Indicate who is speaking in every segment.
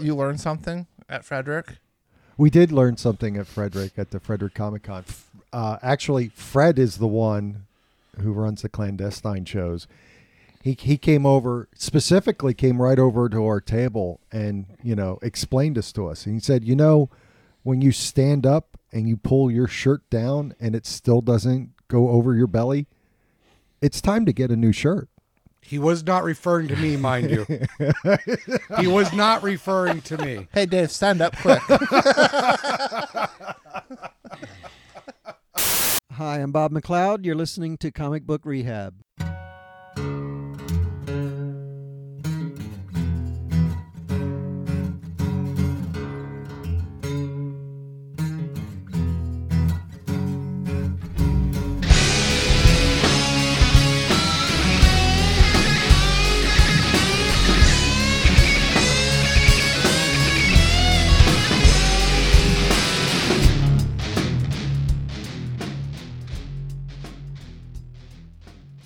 Speaker 1: you learn something at Frederick?
Speaker 2: We did learn something at Frederick at the Frederick Comic Con. F- Uh, actually, Fred is the one who runs the clandestine shows. He he came over specifically, came right over to our table and you know explained this to us. And he said, you know, when you stand up and you pull your shirt down and it still doesn't go over your belly, it's time to get a new shirt.
Speaker 3: He was not referring to me, mind you. he was not referring to me.
Speaker 1: Hey, Dave, stand up quick.
Speaker 4: Hi, I'm Bob McLeod. You're listening to Comic Book Rehab.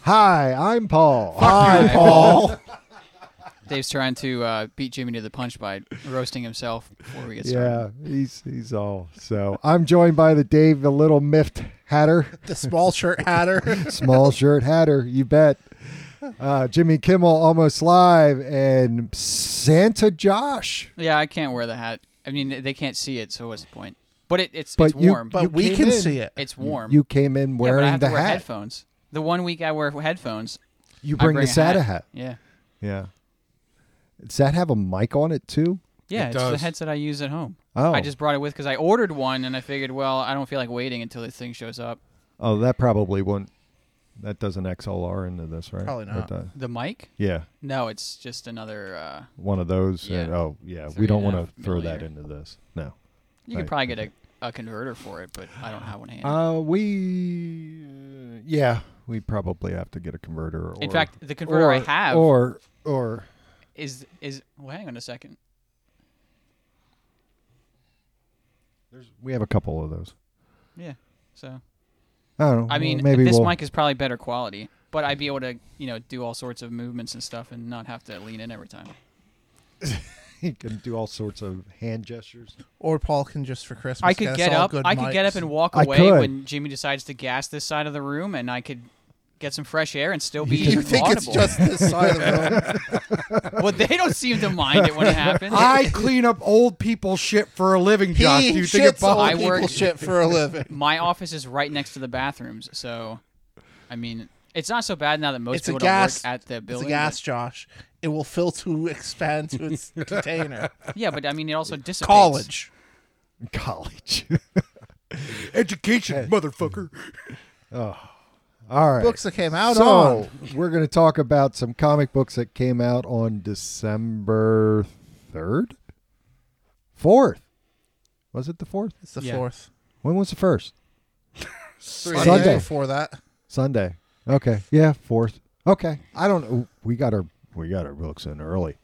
Speaker 2: Hi, I'm Paul.
Speaker 5: Hi,
Speaker 2: Paul.
Speaker 5: Dave's trying to uh, beat Jimmy to the punch by roasting himself before we get started.
Speaker 2: Yeah, he's he's all so. I'm joined by the Dave, the little miffed Hatter,
Speaker 1: the small shirt hatter.
Speaker 2: small shirt Hatter. You bet. Uh, Jimmy Kimmel, almost live, and Santa Josh.
Speaker 5: Yeah, I can't wear the hat. I mean, they can't see it, so what's the point? But it, it's it's
Speaker 2: But you-
Speaker 5: warm.
Speaker 1: But
Speaker 2: You
Speaker 1: we
Speaker 2: came
Speaker 1: can
Speaker 2: in.
Speaker 1: see it.
Speaker 5: it's warm.
Speaker 2: You came in
Speaker 5: yeah,
Speaker 2: wearing
Speaker 5: but I have
Speaker 2: the
Speaker 5: to wear
Speaker 2: hat.
Speaker 5: headphones. The one week I wear headphones,
Speaker 2: You
Speaker 5: I
Speaker 2: bring,
Speaker 5: bring
Speaker 2: the
Speaker 5: a
Speaker 2: Santa
Speaker 5: hat.
Speaker 2: hat.
Speaker 5: yeah,
Speaker 2: Yeah. Does that have a mic on it too?
Speaker 5: yeah,
Speaker 3: It
Speaker 5: it's the
Speaker 3: does.
Speaker 5: headset I use at home.
Speaker 2: Oh,
Speaker 5: I just brought it with because I ordered one and I figured, well, I don't feel like waiting until this thing shows up.
Speaker 2: oh, that probably won't. That does an XLR into this, right?
Speaker 1: Probably not.
Speaker 2: That does-
Speaker 5: The mic?
Speaker 2: yeah,
Speaker 5: No, it's just another. Uh,
Speaker 2: one of those.
Speaker 5: Yeah.
Speaker 2: and- oh, yeah.
Speaker 5: Three
Speaker 2: We don't want
Speaker 5: and a
Speaker 2: to
Speaker 5: half
Speaker 2: throw that
Speaker 5: milliliter.
Speaker 2: into this. No.
Speaker 5: you
Speaker 2: Right.
Speaker 5: could probably get a, a converter for it, but I don't have one handy.
Speaker 2: Uh, we, uh, yeah, we probably have to get a converter. Or,
Speaker 5: In fact, the converter
Speaker 2: or,
Speaker 5: I have
Speaker 2: or or
Speaker 5: is is. Well, hang on a second.
Speaker 2: we have a couple of those.
Speaker 5: Yeah. So
Speaker 2: I don't know.
Speaker 5: I mean,
Speaker 2: Mm, maybe
Speaker 5: this
Speaker 2: we'll,
Speaker 5: mic is probably better quality, but I'd be able to, you know, do all sorts of movements and stuff and not have to lean in every time.
Speaker 2: he can do all sorts of hand gestures.
Speaker 1: or Paul can just for Christmas.
Speaker 5: I could
Speaker 1: us
Speaker 5: get
Speaker 1: all
Speaker 5: up.
Speaker 1: good
Speaker 5: I could get
Speaker 1: mics.
Speaker 5: up and walk
Speaker 2: I
Speaker 5: away
Speaker 2: could.
Speaker 5: when Jimmy decides to gas this side of the room, and I could get some fresh air and still be
Speaker 1: You think it's
Speaker 5: audible.
Speaker 1: just this side of the room?
Speaker 5: well, they don't seem to mind it when it happens.
Speaker 3: I clean up old people shit for a living,
Speaker 1: He
Speaker 3: Josh. Do you think it
Speaker 1: shits
Speaker 5: I
Speaker 1: on
Speaker 3: bothers?
Speaker 5: old- work-
Speaker 1: people shit for a living.
Speaker 5: My office is right next to the bathrooms, so I mean, it's not so bad now that most
Speaker 1: It's a
Speaker 5: people
Speaker 1: gas.
Speaker 5: don't work at the
Speaker 1: it's
Speaker 5: building.
Speaker 1: a
Speaker 5: but-
Speaker 1: gas, Josh. It will fill to expand to its container.
Speaker 5: Yeah, but I mean, it also dissipates.
Speaker 1: College.
Speaker 2: College.
Speaker 3: Education, motherfucker.
Speaker 2: all right.
Speaker 1: Books that came out on.
Speaker 2: so we're going to talk about some comic books that came out on December third, fourth. Was it the fourth?
Speaker 1: It's the
Speaker 5: Yeah.
Speaker 1: fourth.
Speaker 2: When was the first?
Speaker 1: Three
Speaker 2: Sunday.
Speaker 1: days before that.
Speaker 2: Sunday. Okay. Yeah, fourth. Okay. I don't know. We got our we got our books in early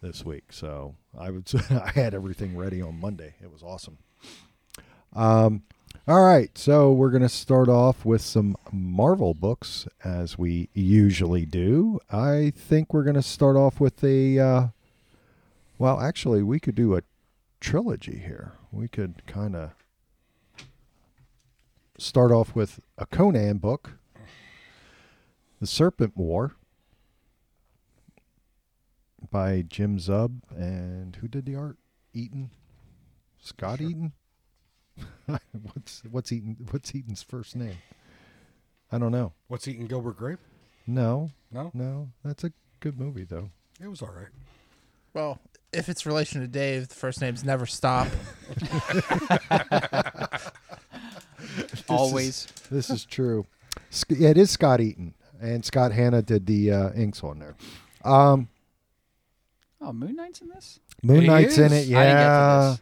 Speaker 2: this week, so I would say I had everything ready on Monday. It was awesome. Um, all right. So we're gonna start off with some Marvel books as we usually do. I think we're gonna start off with a. Uh, well, actually, we could do a trilogy here. We could kind of start off with a Conan book, The Serpent War by Jim Zub. And who did the art? Eaton? Scott Eaton? what's what's Eaton what's Eaton's first name? I don't know.
Speaker 3: What's eating Gilbert Grape?
Speaker 2: No.
Speaker 3: No?
Speaker 2: No. That's a good movie though.
Speaker 3: It was all right.
Speaker 1: Well, if it's relation to Dave, the first name's never stop.
Speaker 5: Always.
Speaker 2: This is true. Sc- yeah, it is Scott Eaton. And Scott Hanna did the uh, inks on there. Um,
Speaker 5: Oh, Moon Knight's in this.
Speaker 2: Moon
Speaker 3: He
Speaker 2: Knight's in it.
Speaker 3: is?
Speaker 2: Yeah.
Speaker 5: I didn't get to this.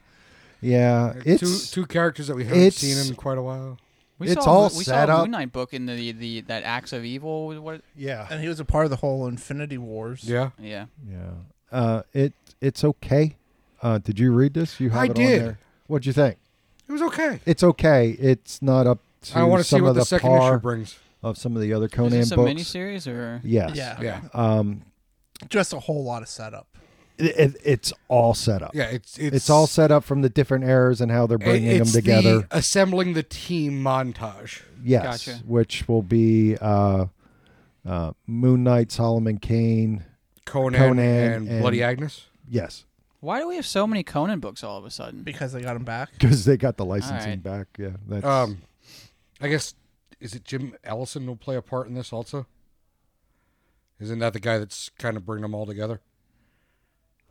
Speaker 2: Yeah, it's
Speaker 3: Uh, two two characters that we haven't
Speaker 2: it's-
Speaker 3: seen in quite a while.
Speaker 5: We
Speaker 2: It's
Speaker 5: saw,
Speaker 2: all
Speaker 5: we
Speaker 2: set
Speaker 5: saw a
Speaker 2: up.
Speaker 5: Moon Knight book in the the that Acts of Evil. What?
Speaker 2: yeah,
Speaker 1: And he was a part of the whole Infinity Wars.
Speaker 3: Yeah,
Speaker 5: Yeah.
Speaker 2: yeah. Uh, it it's okay. Uh, did you read this? You have
Speaker 3: I
Speaker 2: it
Speaker 3: did.
Speaker 2: on there. What'd you think?
Speaker 3: it was okay.
Speaker 2: It's okay. It's not up to
Speaker 3: I want to see
Speaker 2: some
Speaker 3: what
Speaker 2: of
Speaker 3: the,
Speaker 2: the,
Speaker 3: second
Speaker 2: par
Speaker 3: issue brings.
Speaker 2: of some of the other
Speaker 5: Is
Speaker 2: Conan
Speaker 5: this a
Speaker 2: books.
Speaker 5: miniseries or?
Speaker 2: Yes.
Speaker 1: Yeah.
Speaker 3: Yeah,
Speaker 2: Um,
Speaker 1: Just a whole lot of setup.
Speaker 2: it, it's all set up.
Speaker 3: Yeah, it's it's,
Speaker 2: It's, all set up from the different eras and how they're bringing
Speaker 3: it's
Speaker 2: them together.
Speaker 3: The assembling the team montage.
Speaker 2: yes,
Speaker 5: Gotcha.
Speaker 2: which will be uh, uh, Moon Knight, Solomon Kane.
Speaker 3: Conan,
Speaker 2: Conan
Speaker 3: and,
Speaker 2: and-
Speaker 3: Bloody Agnes.
Speaker 2: Yes,
Speaker 5: Why do we have so many Conan books all of a sudden?
Speaker 1: because they got him back.
Speaker 2: because they got the licensing
Speaker 5: right.
Speaker 2: back. Yeah, that's
Speaker 3: Um, I guess is it Jim Ellison will play a part in this also? Isn't that the guy that's kind of bringing them all together?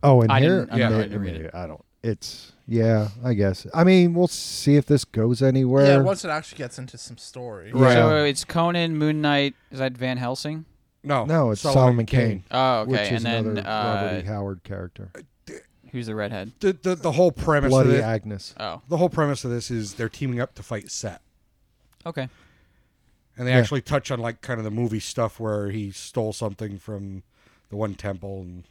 Speaker 2: Oh, and
Speaker 5: I
Speaker 2: here,
Speaker 5: didn't- I'm
Speaker 3: Yeah.
Speaker 5: not
Speaker 2: I,
Speaker 5: ready to read it.
Speaker 2: I don't. It's yeah, I guess. I mean, we'll see if this goes anywhere.
Speaker 1: Yeah, once it actually gets into some story.
Speaker 2: Right.
Speaker 5: So it's Conan, Moon Knight. Is that Van Helsing?
Speaker 3: No,
Speaker 2: no, it's Solomon, Kane,
Speaker 5: Oh, okay.
Speaker 2: which is
Speaker 5: and then
Speaker 2: another Robert E.
Speaker 5: uh,
Speaker 2: Howard character.
Speaker 5: who's the redhead?
Speaker 3: The, the the whole premise of
Speaker 2: Bloody
Speaker 3: this,
Speaker 2: Agnes.
Speaker 5: Oh,
Speaker 3: the whole premise of this is they're teaming up to fight Set,
Speaker 5: okay.
Speaker 3: and they
Speaker 2: Yeah.
Speaker 3: actually touch on like kind of the movie stuff where he stole something from the one temple and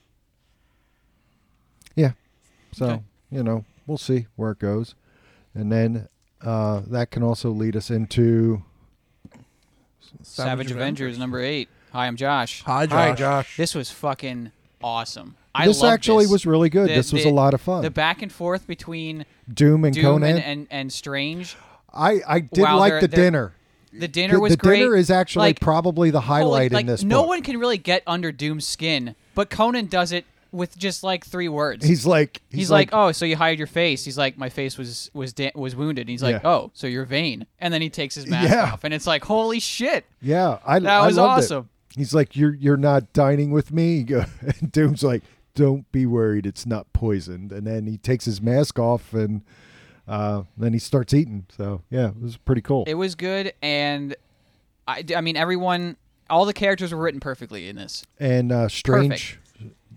Speaker 2: So
Speaker 5: Okay.
Speaker 2: you know, we'll see where it goes, and then uh, that can also lead us into
Speaker 5: Savage, Avengers, number eight. Hi, I'm Josh.
Speaker 1: Hi, Josh.
Speaker 3: hi Josh.
Speaker 5: This was fucking awesome. I
Speaker 2: this
Speaker 5: love
Speaker 2: actually
Speaker 5: this.
Speaker 2: was really good.
Speaker 5: The-
Speaker 2: this was
Speaker 5: the-
Speaker 2: a lot of fun.
Speaker 5: the back and forth between
Speaker 2: Doom and
Speaker 5: Doom
Speaker 2: Conan.
Speaker 5: And, and and Strange.
Speaker 2: I I did
Speaker 5: Wow,
Speaker 2: like
Speaker 5: they're-
Speaker 2: the
Speaker 5: they're-
Speaker 2: dinner.
Speaker 5: The
Speaker 2: The-
Speaker 5: dinner was
Speaker 2: the
Speaker 5: great.
Speaker 2: dinner is actually
Speaker 5: Like,
Speaker 2: probably the
Speaker 5: holy-
Speaker 2: highlight
Speaker 5: like,
Speaker 2: in this.
Speaker 5: No
Speaker 2: book.
Speaker 5: one can really get under Doom's skin, but Conan does it with just like three words.
Speaker 2: He's like
Speaker 5: He's like, oh, so you hide your face. He's like, my face was was da- was wounded. And he's like,
Speaker 2: Yeah.
Speaker 5: oh, so you're vain. And then he takes his mask
Speaker 2: Yeah.
Speaker 5: off, and it's like, holy shit!
Speaker 2: Yeah, I
Speaker 5: That
Speaker 2: I
Speaker 5: was
Speaker 2: loved it.
Speaker 5: awesome.
Speaker 2: He's like, you're you're not dining with me. He go- And Doom's like, don't be worried, it's not poisoned. And then he takes his mask off and uh, then he starts eating. So yeah, it was pretty cool.
Speaker 5: It was good, and I, I mean, everyone, all the characters were written perfectly in this.
Speaker 2: and uh, strange,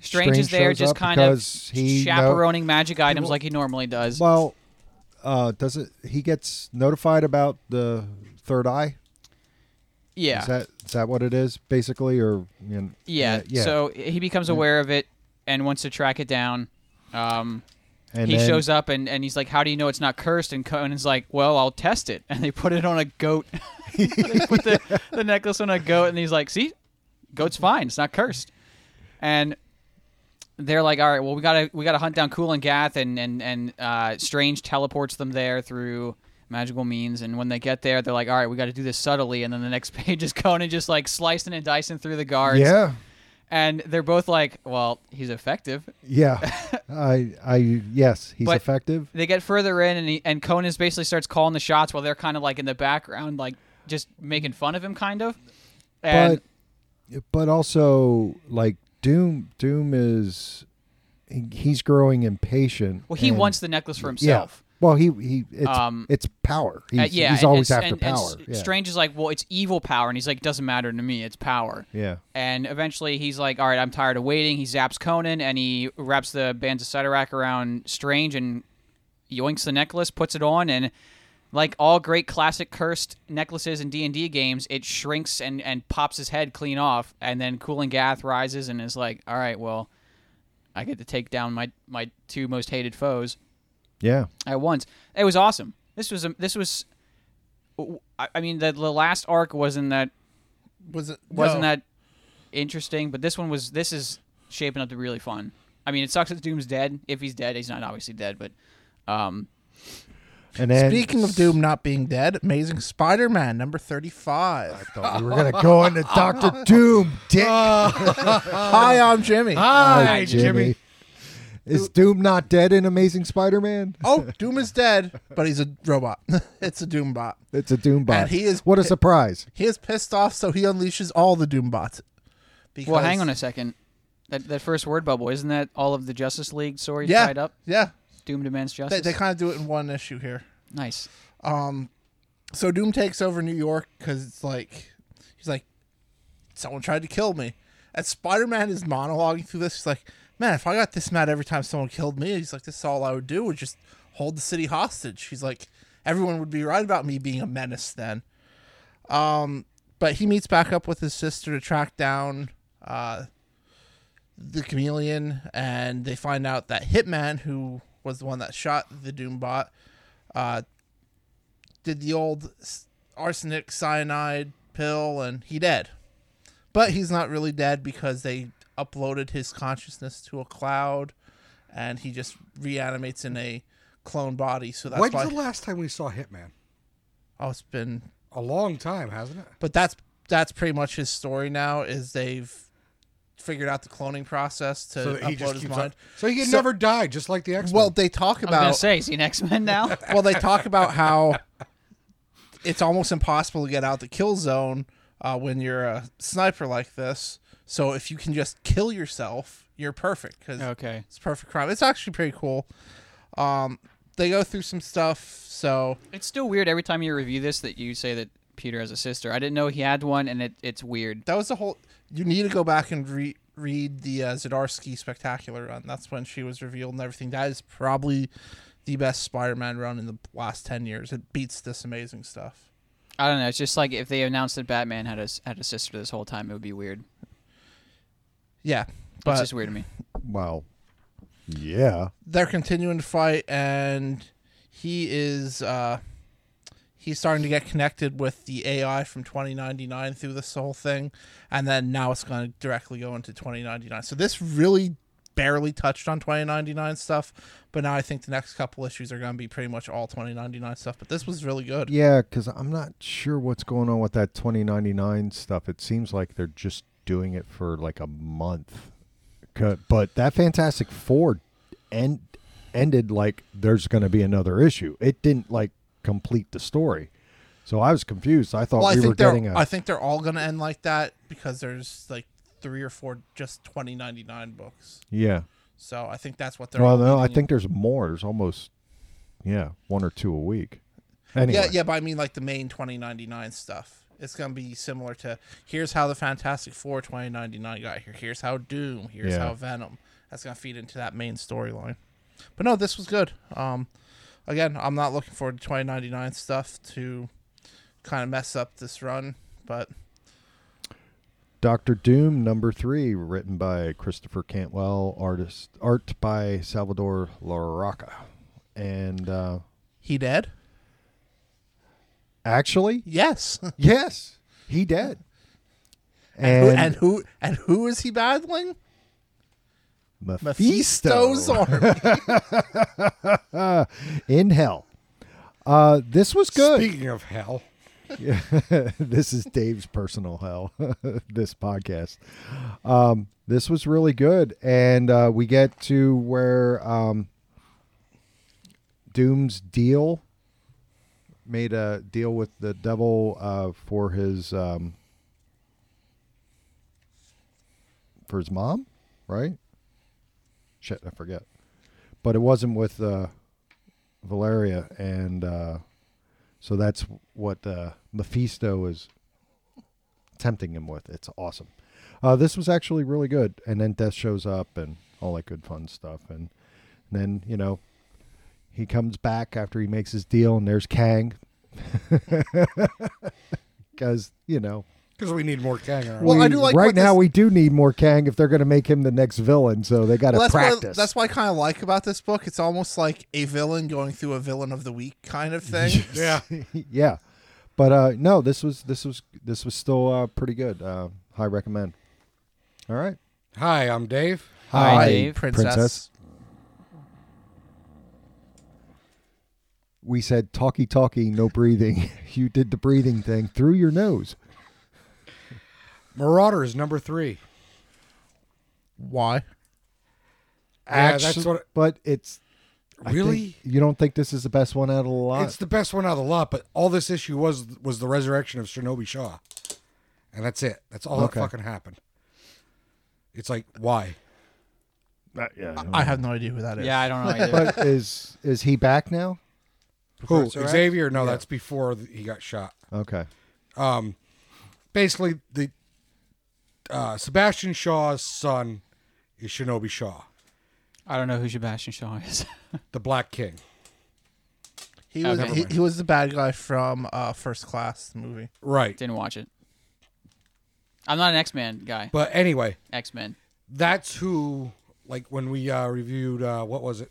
Speaker 5: Strange, is there,
Speaker 2: shows
Speaker 5: just
Speaker 2: up
Speaker 5: kind of
Speaker 2: because he know-
Speaker 5: chaperoning magic items like he normally does.
Speaker 2: well, uh, does it? He gets notified about the third eye.
Speaker 5: yeah,
Speaker 2: Is that is that what it is basically? Or you know,
Speaker 5: yeah, So he becomes aware of it and wants to track it down. Um,
Speaker 2: and
Speaker 5: he
Speaker 2: then-
Speaker 5: shows up and, and he's like, "How do you know it's not cursed?" And Conan's like, "Well, I'll test it." And they put it on a goat. they put the, the necklace on a goat, and he's like, "See, goat's fine. It's not cursed." And they're like, "All right, well, we gotta we gotta hunt down Cool and Gath." And and and uh, Strange teleports them there through magical means. And when they get there, they're like, "All right, we gotta do this subtly." And then the next page is Conan just like slicing and dicing through the guards.
Speaker 2: Yeah,
Speaker 5: And they're both like, "Well, he's effective."
Speaker 2: yeah. I I yes, he's
Speaker 5: But-
Speaker 2: effective.
Speaker 5: they get further in and he, and Conan's basically starts calling the shots while they're kind of like in the background like just making fun of him kind of and
Speaker 2: but but also like Doom Doom is he- he's growing impatient.
Speaker 5: well he
Speaker 2: and-
Speaker 5: wants the necklace for
Speaker 2: yeah.
Speaker 5: himself
Speaker 2: Well, he he it's
Speaker 5: Um,
Speaker 2: it's power. He's,
Speaker 5: Uh, yeah
Speaker 2: he's
Speaker 5: and-
Speaker 2: always
Speaker 5: and-
Speaker 2: after
Speaker 5: and- and
Speaker 2: power.
Speaker 5: S-
Speaker 2: yeah.
Speaker 5: strange is like well it's evil power and he's like doesn't matter to me it's power
Speaker 2: Yeah.
Speaker 5: and eventually he's like all right i'm tired of waiting he zaps conan and he wraps the bands of Sidorak around strange and yoinks the necklace puts it on and like all great classic cursed necklaces in d&d games it shrinks and, and pops his head clean off and then cooling gath rises and is like all right well i get to take down my, my two most hated foes
Speaker 2: Yeah.
Speaker 5: at once it was awesome this was a, this was i I mean the, the last arc wasn't that
Speaker 1: Was it
Speaker 5: wasn't
Speaker 1: no.
Speaker 5: that interesting? But this one was. This is shaping up to be really fun. I mean, it sucks that Doom's dead. If he's dead, he's not obviously dead, but um,
Speaker 2: And then
Speaker 1: Speaking of Doom not being dead, Amazing Spider-Man number thirty-five.
Speaker 2: we were gonna go into Doctor Doom, Dick.
Speaker 1: Hi, I'm Jimmy.
Speaker 3: Hi,
Speaker 2: Jimmy. Is Doom not dead in Amazing Spider-Man?
Speaker 1: Oh, Doom is dead, but he's a robot. it's a Doom bot.
Speaker 2: It's a Doom bot.
Speaker 1: And he is-
Speaker 2: what a surprise!
Speaker 1: He is pissed off, so he unleashes all the Doom bots. Because,
Speaker 5: well, hang on a second. That that first word bubble isn't that all of the Justice League stories
Speaker 1: Yeah,
Speaker 5: tied up?
Speaker 1: yeah.
Speaker 5: Doom demands
Speaker 1: They,
Speaker 5: justice.
Speaker 1: they kind of do it in one issue here.
Speaker 5: nice.
Speaker 1: Um, so Doom takes over New York because it's like he's like, someone tried to kill me. As Spider Man is monologuing through this, he's like, man, if I got this mad every time someone killed me, he's like, this is all I would do would just hold the city hostage. He's like, everyone would be right about me being a menace then. Um, but he meets back up with his sister to track down uh, the chameleon, and they find out that Hitman, who was the one that shot the Doombot, uh, did the old s- arsenic cyanide pill and he dead but he's not really dead because they uploaded his consciousness to a cloud, and he just reanimates in a clone body. So that's
Speaker 3: When's
Speaker 1: why.
Speaker 3: the last time we saw Hitman?
Speaker 1: oh, it's been
Speaker 3: A long time, hasn't it?
Speaker 1: but that's that's pretty much his story now is they've figured out the cloning process to
Speaker 3: So that he
Speaker 1: upload
Speaker 3: just
Speaker 1: his
Speaker 3: keeps
Speaker 1: mind
Speaker 3: on. So he can
Speaker 1: So-
Speaker 3: never die, just like the X Men.
Speaker 1: well they talk
Speaker 5: I was gonna
Speaker 1: about
Speaker 5: say, is he an X Men now?
Speaker 1: well they talk about how it's almost impossible to get out the kill zone uh, when you're a sniper like this so if you can just kill yourself you're perfect 'cause
Speaker 5: okay.
Speaker 1: it's perfect crime it's actually pretty cool um, they go through some stuff so
Speaker 5: It's still weird every time you review this that you say that Peter has a sister. I didn't know he had one, and it, it's weird.
Speaker 1: that was the whole you need to go back and re- read the uh, zadarsky spectacular run that's when she was revealed and everything that is probably the best spider-man run in the last 10 years it beats this amazing stuff
Speaker 5: I don't know. It's just like if they announced that Batman had a s- had a sister this whole time, it would be weird.
Speaker 1: yeah
Speaker 5: But, it's
Speaker 1: but
Speaker 5: just weird to me.
Speaker 2: Well, yeah.
Speaker 1: they're continuing to fight and he is uh he's starting to get connected with the ai from 2099 through this whole thing and then now it's going to directly go into 2099 so this really barely touched on 2099 stuff but now i think the next couple issues are going to be pretty much all 2099 stuff but this was really good
Speaker 2: Yeah, because I'm not sure what's going on with that 2099 stuff. It seems like they're just doing it for like a month. Co- But that Fantastic Four end, ended like there's going to be another issue. It didn't like complete the story. So I was confused. I thought
Speaker 1: well i
Speaker 2: we were
Speaker 1: think they're
Speaker 2: getting a.
Speaker 1: i think they're all going to end like that because there's like three or four just 2099 books
Speaker 2: yeah.
Speaker 1: so i think that's what they're
Speaker 2: Well,
Speaker 1: all
Speaker 2: no, I
Speaker 1: leading
Speaker 2: think there's more. There's almost, yeah, one or two a week. Anyway.
Speaker 1: Yeah, yeah, but I mean like the main 2099 stuff. It's going to be similar to here's how the Fantastic Four 2099 got here. Here's how Doom. Here's
Speaker 2: Yeah.
Speaker 1: how Venom. That's going to feed into that main storyline. But no, this was good. Um, again, I'm not looking forward to 2099 stuff to kind of mess up this run, but
Speaker 2: Doctor Doom number three, written by Christopher Cantwell, artist art by Salvador Larraca, and uh,
Speaker 1: he dead?
Speaker 2: actually,
Speaker 1: Yes.
Speaker 2: yes, he did.
Speaker 1: Who-
Speaker 2: And,
Speaker 1: and who and who is he battling?
Speaker 2: Mephisto
Speaker 1: Mephisto's arm.
Speaker 2: in hell. Uh, this was good.
Speaker 3: Speaking of hell,
Speaker 2: this is Dave's personal hell. this podcast. Um, this was really good, and uh, we get to where um, Doom's deal made a deal with the devil uh, for his um, for his mom, right? Shit, I forget. But it wasn't with uh, Valeria, and uh, so that's what uh, Mephisto is tempting him with. It's awesome. Uh, this was actually really good. And then Death shows up and all that good fun stuff. And, then, you know, he comes back after he makes his deal, and there's Kang. Because, you know,
Speaker 3: because we need more Kang. in our
Speaker 1: Well,
Speaker 3: life.
Speaker 1: I
Speaker 2: we-
Speaker 1: do like
Speaker 2: right
Speaker 1: what
Speaker 2: now
Speaker 1: this-
Speaker 2: we do need more Kang if they're going to make him the next villain. So they got to
Speaker 1: Well, that's
Speaker 2: practice.
Speaker 1: What, that's what I kind of like about this book. It's almost like a villain going through a villain of the week kind of thing.
Speaker 3: yeah,
Speaker 2: yeah but uh no this was this was this was still uh pretty good uh high recommend all right
Speaker 3: Hi, I'm Dave.
Speaker 5: Hi, Dave.
Speaker 1: Princess.
Speaker 2: Princess. we said talkie talkie no breathing you did the breathing thing through your nose
Speaker 3: Marauder is number three.
Speaker 1: Why?
Speaker 3: Yeah, that's
Speaker 2: Actu-
Speaker 3: what-
Speaker 2: but it's I think-
Speaker 3: Really?
Speaker 2: you don't think this is the best one out of the lot
Speaker 3: It's the best one out of the lot, but all this issue was was the resurrection of Shinobi Shaw, and that's it. That's all
Speaker 2: Okay.
Speaker 3: that fucking happened. It's like why?
Speaker 1: I have no idea who that is.
Speaker 5: Yeah, I don't know either.
Speaker 2: but is is he back now
Speaker 3: Who
Speaker 2: Professor X?
Speaker 3: Xavier? No, that's before th- he got shot.
Speaker 2: okay
Speaker 3: Um, basically, the uh, Sebastian Shaw's son is Shinobi Shaw,
Speaker 5: I don't know who Sebastian Shaw is.
Speaker 3: the Black King.
Speaker 1: he
Speaker 5: Oh,
Speaker 1: was
Speaker 5: never
Speaker 1: he,
Speaker 5: mind.
Speaker 1: he was the bad guy from uh, First Class the movie.
Speaker 3: Right.
Speaker 5: Didn't watch it. I'm not an X Men guy.
Speaker 3: But anyway,
Speaker 5: X Men.
Speaker 3: that's who. Like when we uh, reviewed uh, what was it,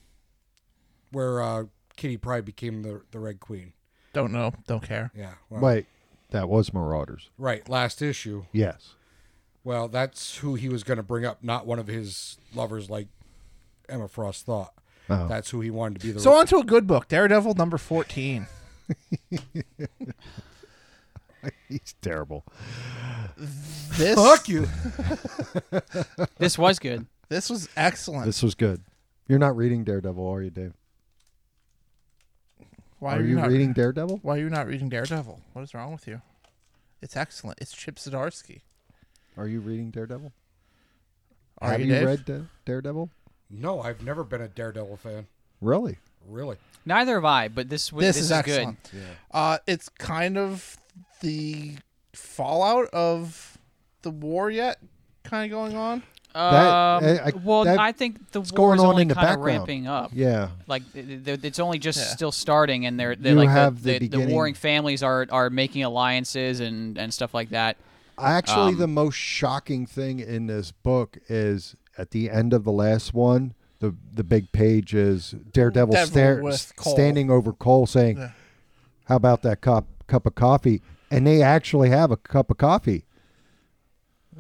Speaker 3: where uh, Kitty Pride became the the Red Queen.
Speaker 1: Don't know. Don't care.
Speaker 3: Yeah. well,
Speaker 2: wait that was marauders
Speaker 3: Right. Last issue.
Speaker 2: yes
Speaker 3: Well, that's who he was going to bring up, not one of his lovers like Emma Frost thought.
Speaker 2: Oh.
Speaker 3: That's who he wanted to be the
Speaker 1: So on to a good book, Daredevil number fourteen.
Speaker 2: He's terrible.
Speaker 1: This
Speaker 3: you.
Speaker 5: This was good.
Speaker 1: this was excellent.
Speaker 2: This was good. You're not reading Daredevil, are you, Dave?
Speaker 1: why
Speaker 2: are
Speaker 1: are
Speaker 2: you,
Speaker 1: you, not,
Speaker 2: reading Daredevil?
Speaker 1: Why are you not reading Daredevil? What is wrong with you? It's excellent. It's Chip Zdarsky.
Speaker 2: Are you reading Daredevil?
Speaker 1: Are
Speaker 2: Have
Speaker 1: you,
Speaker 2: you
Speaker 1: Dave?
Speaker 2: read Da- Daredevil?
Speaker 3: No, I've never been a Daredevil fan.
Speaker 2: Really?
Speaker 3: Really.
Speaker 5: Neither have I, but this was
Speaker 1: this,
Speaker 5: this,
Speaker 1: is,
Speaker 5: good.
Speaker 1: excellent. Uh, it's kind of the fallout of the war yet, kind of going on.
Speaker 5: Um,
Speaker 2: I- I-
Speaker 5: well,
Speaker 2: that-
Speaker 5: I think the
Speaker 2: it's
Speaker 5: war
Speaker 2: going
Speaker 5: is
Speaker 2: on
Speaker 5: only
Speaker 2: in the
Speaker 5: kind of
Speaker 2: background.
Speaker 5: ramping up.
Speaker 2: Yeah.
Speaker 5: Like th- th- it's only just
Speaker 1: Yeah.
Speaker 5: still starting, and they're, they're
Speaker 2: You
Speaker 5: like
Speaker 2: have the
Speaker 5: the, the,
Speaker 2: beginning-
Speaker 5: warring families are, are making alliances and, and stuff like that.
Speaker 1: Um,
Speaker 2: Actually, the most shocking thing in this book is at the end of the last one. The the big page is Daredevil
Speaker 1: Devil
Speaker 2: stare,
Speaker 1: with
Speaker 2: s-
Speaker 1: Cole.
Speaker 2: standing over Cole saying,
Speaker 1: Yeah.
Speaker 2: "How about that cup cup of coffee?" And they actually have a cup of coffee.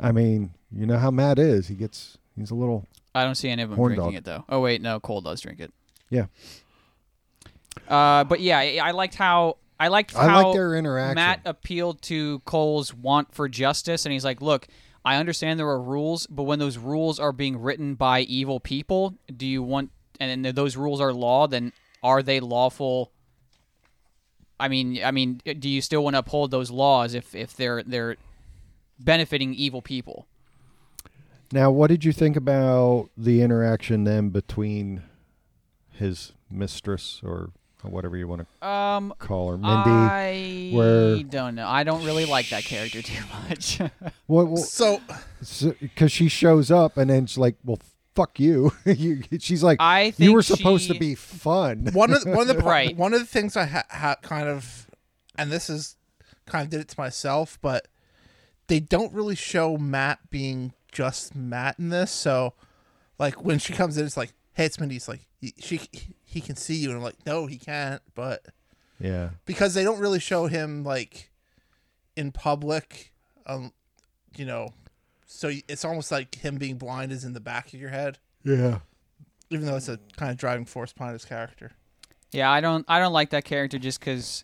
Speaker 2: I mean, you know how Matt is. He gets he's a little
Speaker 5: I don't see any of them
Speaker 2: Horn
Speaker 5: drinking
Speaker 2: dog.
Speaker 5: it though. Oh wait, no, Cole does drink it.
Speaker 2: yeah.
Speaker 5: Uh, but yeah, I, I liked how I liked
Speaker 2: I
Speaker 5: how
Speaker 2: like their interaction.
Speaker 5: Matt appealed to Cole's want for justice, and he's like, "Look, I understand there are rules, but when those rules are being written by evil people, do you want? And then those rules are law. Then are they lawful? I mean, I mean, do you still want to uphold those laws if if they're they're benefiting evil people?
Speaker 2: Now, what did you think about the interaction then between his mistress or whatever you want to
Speaker 5: Um,
Speaker 2: call her, Mindy?
Speaker 5: I
Speaker 2: where-
Speaker 5: don't know. I don't really like that character too much.
Speaker 2: What- what-
Speaker 1: So
Speaker 2: because she shows up and then she's like, "Well, fuck you." you she's like,
Speaker 5: I
Speaker 2: "You
Speaker 5: think
Speaker 2: were supposed
Speaker 5: she-
Speaker 2: to be fun."
Speaker 1: one of the, one of the
Speaker 5: Right.
Speaker 1: one of the things I ha- ha- kind of, and this is kind of did it to myself, but they don't really show Matt being just Matt in this. So, like when she comes in, it's like, hey, it's Mindy. It's like he- she he can see you, and I'm like, no, he can't. But
Speaker 2: Yeah,
Speaker 1: because they don't really show him like in public, um, you know, so it's almost like him being blind is in the back of your head,
Speaker 2: yeah. Oh,
Speaker 1: even though it's a kind of driving force behind his character.
Speaker 5: Yeah, I don't I don't like that character just because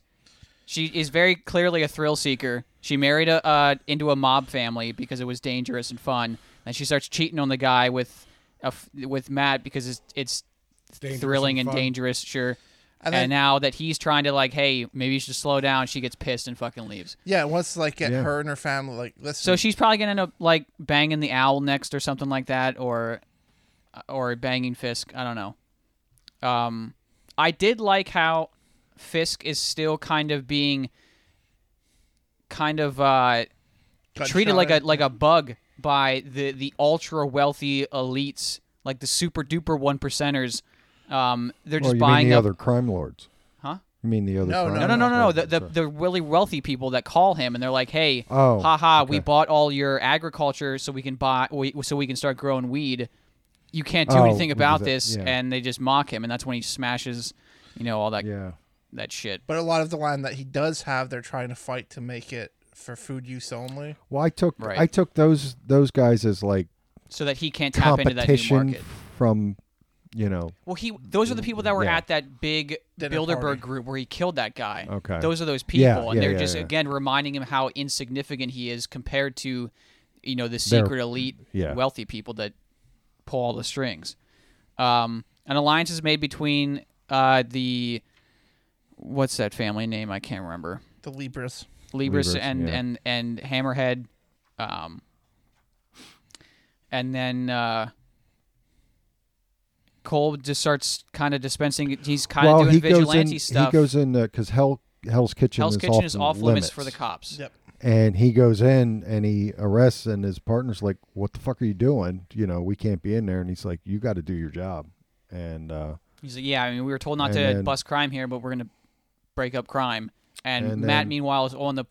Speaker 5: she is very clearly a thrill seeker. She married a uh, into a mob family because it was dangerous and fun, and she starts cheating on the guy with a f with Matt because it's it's
Speaker 3: Dangerous
Speaker 5: thrilling and,
Speaker 3: fun.
Speaker 5: dangerous, sure.
Speaker 1: And
Speaker 5: And,
Speaker 1: then-
Speaker 5: now that he's trying to like, hey, maybe you should slow down. She gets pissed and fucking leaves.
Speaker 1: Yeah, it wants to like get
Speaker 2: Yeah.
Speaker 1: her and her family like listen.
Speaker 5: So she's probably gonna end up like banging the owl next or something like that, or or banging Fisk. I don't know. Um, I did like how Fisk is still kind of being kind of uh,
Speaker 1: got
Speaker 5: treated
Speaker 1: shot
Speaker 5: like a
Speaker 1: at.
Speaker 5: like a bug by the the ultra wealthy elites, like the super duper one percenters. Um, they're
Speaker 2: Well,
Speaker 5: just
Speaker 2: you mean
Speaker 5: buying
Speaker 2: the
Speaker 5: up.
Speaker 2: other crime lords?
Speaker 5: Huh?
Speaker 2: You mean the other?
Speaker 1: No,
Speaker 2: crime
Speaker 5: No, no, no, no, no.
Speaker 2: lords,
Speaker 5: The, the,
Speaker 2: sorry.
Speaker 5: the really wealthy people that call him and they're like, "Hey,
Speaker 2: Oh,
Speaker 5: haha, we
Speaker 2: okay.
Speaker 5: bought all your agriculture so we can buy, we, so we can start growing weed. You can't do
Speaker 2: Oh,
Speaker 5: anything about
Speaker 2: that-
Speaker 5: this."
Speaker 2: yeah.
Speaker 5: And they just mock him, and that's when he smashes, you know, all that
Speaker 2: yeah.
Speaker 5: that shit.
Speaker 1: But a lot of the land that he does have, they're trying to fight to make it for food use only.
Speaker 2: Well, I took
Speaker 5: Right.
Speaker 2: I took those those guys as like
Speaker 5: So that he can't tap into that new
Speaker 2: competition
Speaker 5: market.
Speaker 2: from, you know,
Speaker 5: Well, he those are the people that were
Speaker 2: Yeah.
Speaker 5: at that big
Speaker 1: Dinner
Speaker 5: Bilderberg
Speaker 1: party.
Speaker 5: group where he killed that guy.
Speaker 2: Okay.
Speaker 5: Those are those people,
Speaker 2: Yeah,
Speaker 5: and
Speaker 2: yeah,
Speaker 5: they're
Speaker 2: yeah,
Speaker 5: just
Speaker 2: yeah.
Speaker 5: again reminding him how insignificant he is compared to, you know, the
Speaker 2: They're-
Speaker 5: secret elite
Speaker 2: yeah.
Speaker 5: wealthy people that pull all the strings. Um, an alliance is made between uh, the what's that family name? I can't remember.
Speaker 1: The Libras.
Speaker 5: Libras,
Speaker 2: Libras,
Speaker 5: and,
Speaker 2: yeah.
Speaker 5: and and Hammerhead, um, and then uh, Cole just starts kind of dispensing. He's kind of
Speaker 2: well,
Speaker 5: doing
Speaker 2: he goes
Speaker 5: vigilante
Speaker 2: in.
Speaker 5: stuff.
Speaker 2: He goes in because Hell Hell's Kitchen
Speaker 5: Hell's
Speaker 2: is
Speaker 5: Kitchen
Speaker 2: off
Speaker 5: is off limits. for the cops.
Speaker 1: Yep.
Speaker 2: and he goes in and he arrests and his partner's like what the fuck are you doing you know we can't be in there and he's like you got to do your job and uh
Speaker 5: He's like, yeah, I mean, we were told not
Speaker 2: And
Speaker 5: to
Speaker 2: then-
Speaker 5: bust crime here, but we're gonna break up crime. And,
Speaker 2: And
Speaker 5: Matt,
Speaker 2: then-
Speaker 5: meanwhile, is on the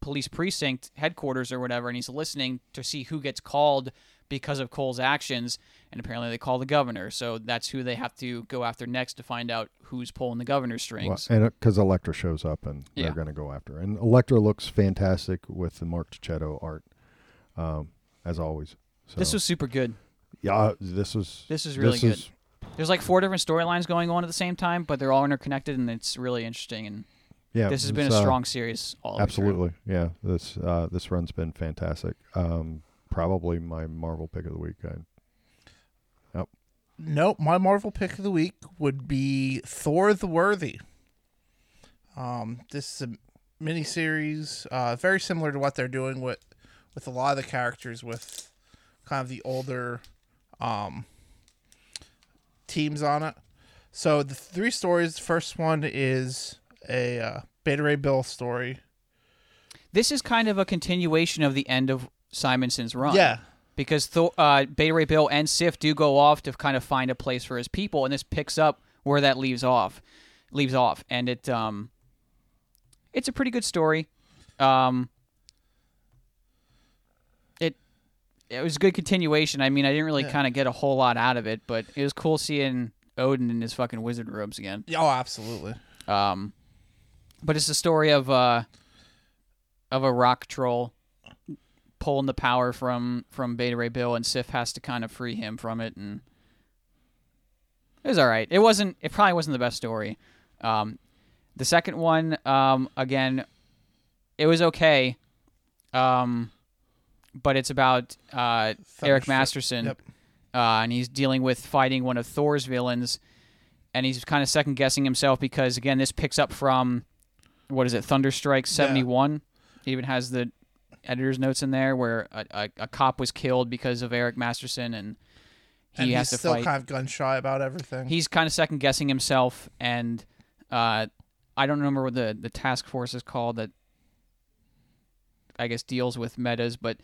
Speaker 5: police precinct headquarters or whatever, and he's listening to see who gets called because of Cole's actions. And apparently, they call the governor, so that's who they have to go after next to find out who's pulling the governor's
Speaker 2: well,
Speaker 5: strings.
Speaker 2: and because Elektra shows up and
Speaker 5: Yeah.
Speaker 2: they're going to go after her. and Elektra looks fantastic with the Mark Tichetto art um as always. So,
Speaker 5: This was super good.
Speaker 2: yeah. This was
Speaker 5: This is really
Speaker 2: this is-
Speaker 5: There's like four different storylines going on at the same time, but they're all interconnected, and it's really interesting. And
Speaker 2: yeah,
Speaker 5: this has been a
Speaker 2: it's, uh,
Speaker 5: strong series. All the way through.
Speaker 2: Absolutely, yeah. This uh, this run's been fantastic. Um, probably my Marvel pick of the week. I,
Speaker 1: Nope, my Marvel pick of the week would be Thor the Worthy. Um, this is a miniseries, uh, very similar to what they're doing with with a lot of the characters with kind of the older um, teams on it. So the three stories. The first one is a uh, Beta Ray Bill story.
Speaker 5: This is kind of a continuation of the end of Simonson's run.
Speaker 1: Yeah,
Speaker 5: because Thor, uh, Beta Ray Bill and Sif do go off to kind of find a place for his people, and this picks up where that leaves off, leaves off, and it um, it's a pretty good story. Um, it it was a good continuation. I mean, I didn't really
Speaker 1: Yeah.
Speaker 5: kind of get a whole lot out of it, but it was cool seeing Odin in his fucking wizard robes again.
Speaker 1: oh, absolutely.
Speaker 5: Um, but it's the story of uh, of a rock troll pulling the power from from Beta Ray Bill, and Sif has to kind of free him from it, and it was all right. It wasn't. It probably wasn't the best story. Um, the second one, um, again, it was okay. Um, but it's about uh, Eric
Speaker 1: Thunderstruck.
Speaker 5: Masterson
Speaker 1: Yep.
Speaker 5: uh, and he's dealing with fighting one of Thor's villains, and he's kind of second guessing himself because again, this picks up from what is it, Thunderstrike seventy one. It even has the editor's notes in there where a, a, a cop was killed because of Eric Masterson, and he
Speaker 1: and he's
Speaker 5: has to
Speaker 1: still
Speaker 5: fight.
Speaker 1: kind of gun shy about everything.
Speaker 5: he's kind of second guessing himself, and uh, I don't remember what the the task force is called that I guess deals with metas, but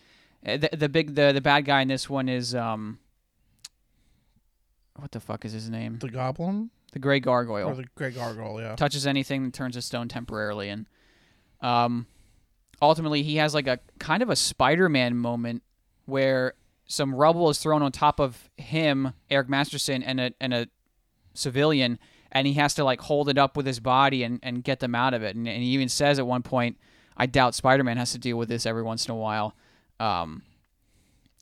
Speaker 5: uh, the the big the the bad guy in this one is um. What the fuck is his name?
Speaker 1: the Goblin
Speaker 5: the gray gargoyle
Speaker 1: or the Grey Gargoyle, yeah.
Speaker 5: touches anything and turns to stone temporarily and um ultimately he has like a kind of a spider-man moment where some rubble is thrown on top of him eric masterson and a and a civilian and he has to like hold it up with his body and and get them out of it and, and he even says at one point i doubt spider-man has to deal with this every once in a while um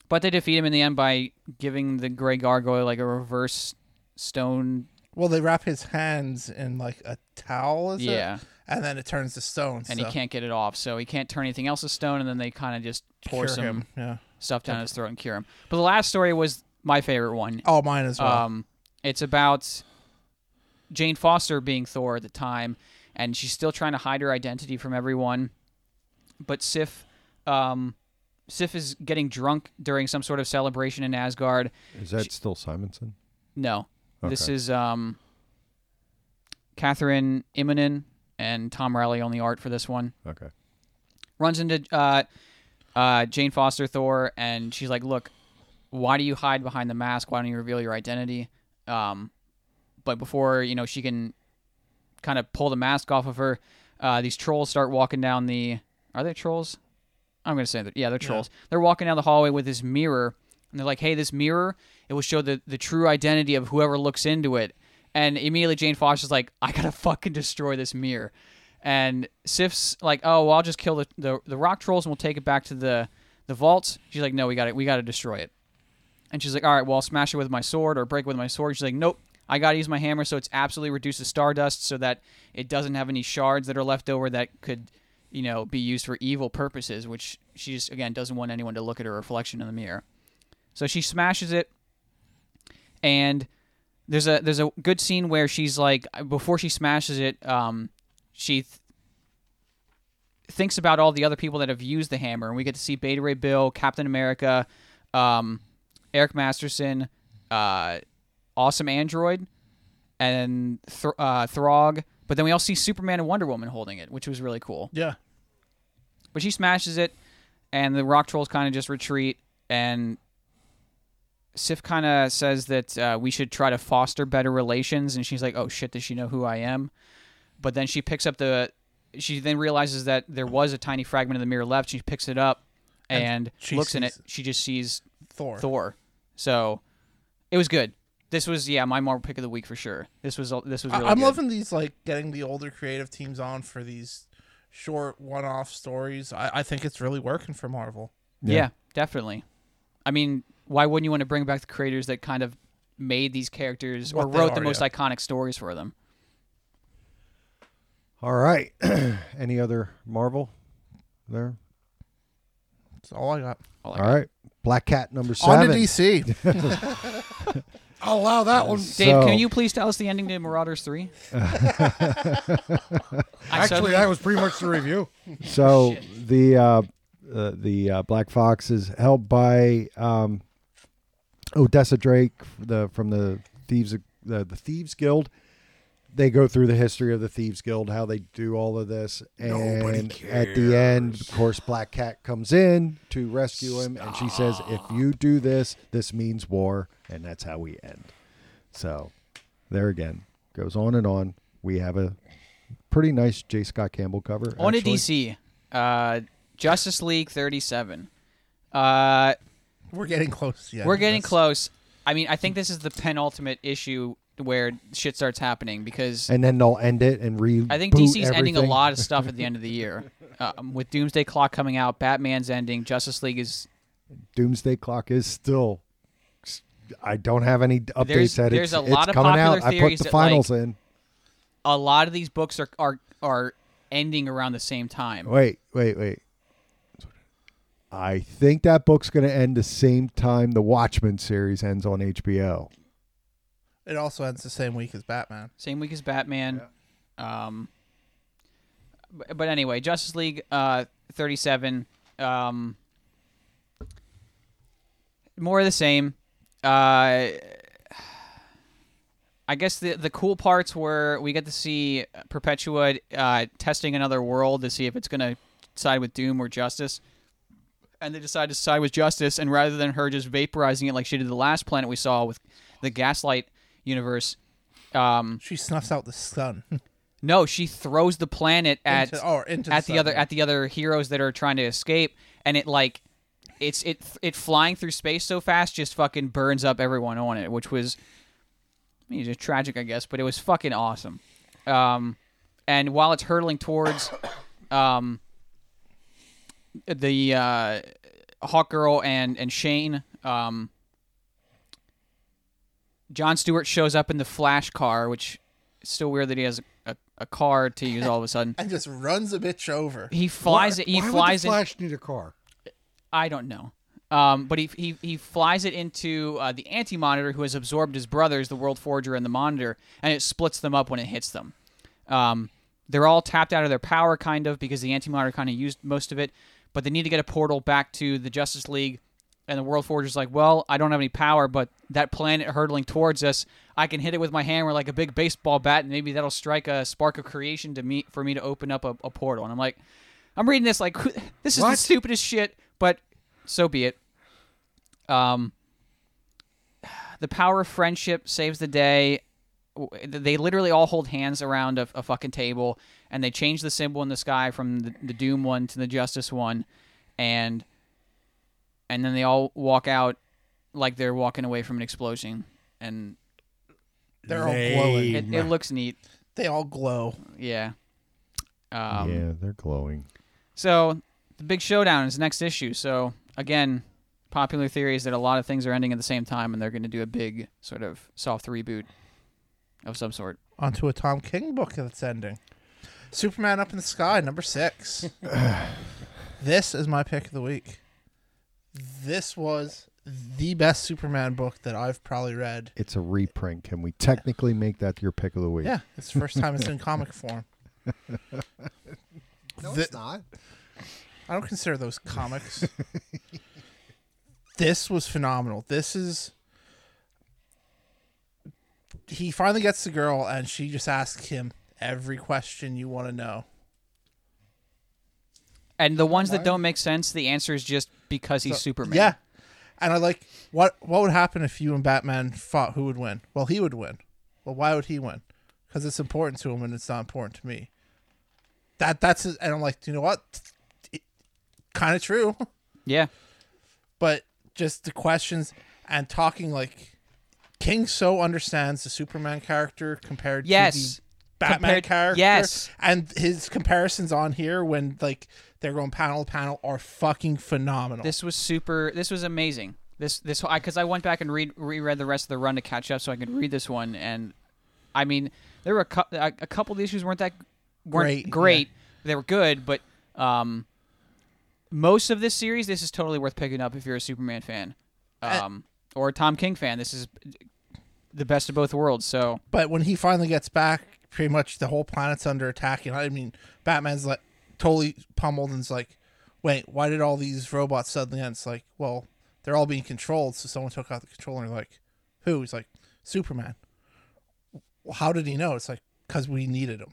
Speaker 5: but they defeat him in the end by giving the gray gargoyle like a reverse stone
Speaker 1: Well, they wrap his hands in like a towel, is it?
Speaker 5: yeah
Speaker 1: And then it turns to stone.
Speaker 5: and
Speaker 1: so
Speaker 5: he can't get it off, so he can't turn anything else to stone, and then they kind of just pour
Speaker 1: cure
Speaker 5: some
Speaker 1: him. Yeah.
Speaker 5: stuff down his throat and cure him. But the last story was my favorite one.
Speaker 1: Oh, mine as well.
Speaker 5: Um, it's about Jane Foster being Thor at the time, and she's still trying to hide her identity from everyone. But Sif, um, Sif is getting drunk during some sort of celebration in Asgard.
Speaker 2: is that still Simonson?
Speaker 5: No, this
Speaker 2: Okay.
Speaker 5: is um, Catherine Immonen and Tom Riley on the art for this one.
Speaker 2: Okay.
Speaker 5: runs into uh, uh, Jane Foster Thor, and she's like, "Look, why do you hide behind the mask? Why don't you reveal your identity?" Um, but before you know, she can kind of pull the mask off of her. Uh, these trolls start walking down the. Are they trolls? I'm gonna say that. Yeah, they're trolls. They're walking down the hallway with this mirror, and they're like, "Hey, this mirror, it will show the the true identity of whoever looks into it." And immediately Jane Foster's like, "I gotta fucking destroy this mirror," and Sif's like, "Oh, well, I'll just kill the the, the rock trolls and we'll take it back to the the vaults." She's like, "No, we got to We got to destroy it." And she's like, all right, well, I'll smash it with my sword or break it with my sword. She's like, nope, I got to use my hammer so it's absolutely reduced to stardust so that it doesn't have any shards that are left over that could, you know, be used for evil purposes, which she just, again, doesn't want anyone to look at her reflection in the mirror. So she smashes it. And there's a there's a good scene where she's like before she smashes it um she th- thinks about all the other people that have used the hammer and we get to see Beta Ray Bill, Captain America, um Eric Masterson, uh, Awesome Android, and Th- uh, Throg. But then we also see Superman and Wonder Woman holding it, which was really cool.
Speaker 1: yeah.
Speaker 5: But she smashes it, and the rock trolls kind of just retreat. And Sif kind of says that uh, we should try to foster better relations. And she's like, "Oh shit, does she know who I am?" But then she picks up the. She then realizes that there was a tiny fragment of the mirror left. She picks it up and,
Speaker 1: she
Speaker 5: looks in it.
Speaker 1: sees-
Speaker 5: She just sees
Speaker 1: Thor.
Speaker 5: Thor. So it was good. This was yeah my Marvel pick of the week for sure. This was this was
Speaker 1: I-
Speaker 5: really
Speaker 1: I'm
Speaker 5: good.
Speaker 1: loving these like getting the older creative teams on for these short one-off stories. I, I think it's really working for Marvel.
Speaker 5: yeah.
Speaker 2: Yeah.
Speaker 5: definitely. I mean, why wouldn't you want to bring back the creators that kind of made these characters or
Speaker 1: What they
Speaker 5: wrote the
Speaker 1: are,
Speaker 5: most
Speaker 1: yeah.
Speaker 5: iconic stories for them?
Speaker 2: All right. Any other Marvel there?
Speaker 1: That's all I got.
Speaker 5: All I
Speaker 2: All
Speaker 5: got.
Speaker 2: right. Black Cat number
Speaker 1: On
Speaker 2: seven.
Speaker 1: to DC.
Speaker 3: I'll allow Oh, that one.
Speaker 5: Dave,
Speaker 2: So-
Speaker 5: can you please tell us the ending to Marauders Three?
Speaker 3: Actually, that was pretty much the review.
Speaker 2: So the uh, uh, the uh, Black Fox is held by um, Odessa Drake, the from the thieves the, the Thieves Guild. They go through the history of the Thieves Guild, how they do all of this, and at the end, of course, Black Cat comes in to rescue him, and she says, "If you do this, this means war," and that's how we end. So, there again, goes on and on. We have a pretty nice J. Scott Campbell cover.
Speaker 5: on to
Speaker 2: actually.
Speaker 5: DC, uh, Justice League Thirty Seven. Uh,
Speaker 1: We're getting close. Yeah,
Speaker 5: We're getting
Speaker 1: that's-
Speaker 5: close. I mean, I think this is the penultimate issue where shit starts happening because
Speaker 2: and then they'll end it and re.
Speaker 5: I think DC's ending a lot of stuff at the end of the year. Um, with Doomsday Clock coming out, Batman's ending, Justice League is
Speaker 2: Doomsday Clock is still. I don't have any updates
Speaker 5: There's-
Speaker 2: that it's,
Speaker 5: there's a
Speaker 2: it's
Speaker 5: lot of
Speaker 2: coming
Speaker 5: popular
Speaker 2: out. I put
Speaker 5: theories
Speaker 2: the
Speaker 5: that,
Speaker 2: finals
Speaker 5: like-
Speaker 2: in.
Speaker 5: a lot of these books are are are ending around the same time.
Speaker 2: Wait, wait, wait. I think that book's going to end the same time the Watchmen series ends on HBO.
Speaker 1: It also ends the same week as Batman.
Speaker 5: Same week as Batman. Um, b- but, anyway, Justice League uh, 37. Um, more of the same. Uh, I guess the the cool parts were we get to see Perpetua uh, testing another world to see if it's going to side with Doom or Justice. And they decide to side with Justice, and rather than her just vaporizing it like she did the last planet we saw with the Gaslight universe, um,
Speaker 1: She snuffs out the sun.
Speaker 5: no, she throws the planet at
Speaker 1: Into- or into the
Speaker 5: at the,
Speaker 1: sun,
Speaker 5: other
Speaker 1: yeah.
Speaker 5: at the other heroes that are trying to escape, and it like it's it it flying through space so fast just fucking burns up everyone on it, which was I mean, just tragic, I guess, but it was fucking awesome. Um, and while it's hurtling towards um, the uh, Hawk Girl and and Shane, um, John Stewart shows up in the Flash car, which is still weird that he has a, a, a car to use all of a sudden.
Speaker 1: and just runs a bitch over.
Speaker 5: He flies
Speaker 3: why,
Speaker 5: it. He
Speaker 3: why
Speaker 5: flies
Speaker 3: would
Speaker 5: it.
Speaker 3: the Flash need a car?
Speaker 5: I don't know. Um, but he, he, he flies it into uh, the anti monitor, who has absorbed his brothers, the World Forger and the Monitor, and it splits them up when it hits them. Um, they're all tapped out of their power, kind of, because the anti monitor kind of used most of it, but they need to get a portal back to the Justice League. And the World Forger's like, well, I don't have any power, but that planet hurtling towards us, I can hit it with my hammer like a big baseball bat, and maybe that'll strike a spark of creation to me for me to open up a, a portal. And I'm like, I'm reading this like, this is the
Speaker 3: What?
Speaker 5: stupidest shit, but so be it. Um, the power of friendship saves the day. W- They literally all hold hands around a, a fucking table, and they change the symbol in the sky from the, the Doom one to the Justice one, and and then they all walk out like they're walking away from an explosion, and
Speaker 1: They're all glowing.
Speaker 5: it, it looks neat.
Speaker 1: They all glow.
Speaker 5: Yeah. Um,
Speaker 2: yeah, they're glowing.
Speaker 5: So the big showdown is next issue. So again, popular theory is that a lot of things are ending at the same time, and they're going to do a big sort of soft reboot of some sort.
Speaker 1: Onto a Tom King book that's ending. Superman Up in the Sky, number six. this is my pick of the week. This was the best Superman book that I've probably read.
Speaker 2: It's a reprint. Can we technically make that your pick of the week?
Speaker 1: Yeah, it's the first time it's in comic form.
Speaker 2: no,
Speaker 1: The-
Speaker 2: it's not.
Speaker 1: I don't consider those comics. this was phenomenal. This is. He finally gets the girl, and she just asks him every question you want to know.
Speaker 5: And the ones that don't make sense, the answer is just because he's Superman.
Speaker 1: Yeah, and I like what what would happen if you and Batman fought. Who would win? Well, he would win. Well, why would he win? Because it's important to him, and it's not important to me. That that's and I'm like, you know what? Kind of true.
Speaker 5: yeah.
Speaker 1: but just the questions and talking like King so understands the Superman character compared
Speaker 5: Yes.
Speaker 1: to the Batman
Speaker 5: Compared-
Speaker 1: character.
Speaker 5: yes.
Speaker 1: And his comparisons on here when like they're going panel to panel are fucking phenomenal.
Speaker 5: This was super. This was amazing. This this I because I went back and read reread the rest of the run to catch up so I could read this one, and I mean there were a, cou- a, a couple of the issues weren't that
Speaker 1: Great,
Speaker 5: weren't great.
Speaker 1: yeah.
Speaker 5: They were good, but um, most of this series, this is totally worth picking up if you're a Superman fan, um, or a Tom King fan. This is the best of both worlds. So
Speaker 1: But when he finally gets back, pretty much the whole planet's under attack. And I mean, Batman's like totally pummeled and's like, wait, why did all these robots suddenly end? It's like, well, they're all being controlled. So someone took out the controller. And like, who? He's like, Superman. Well, how did he know? It's like, because we needed him.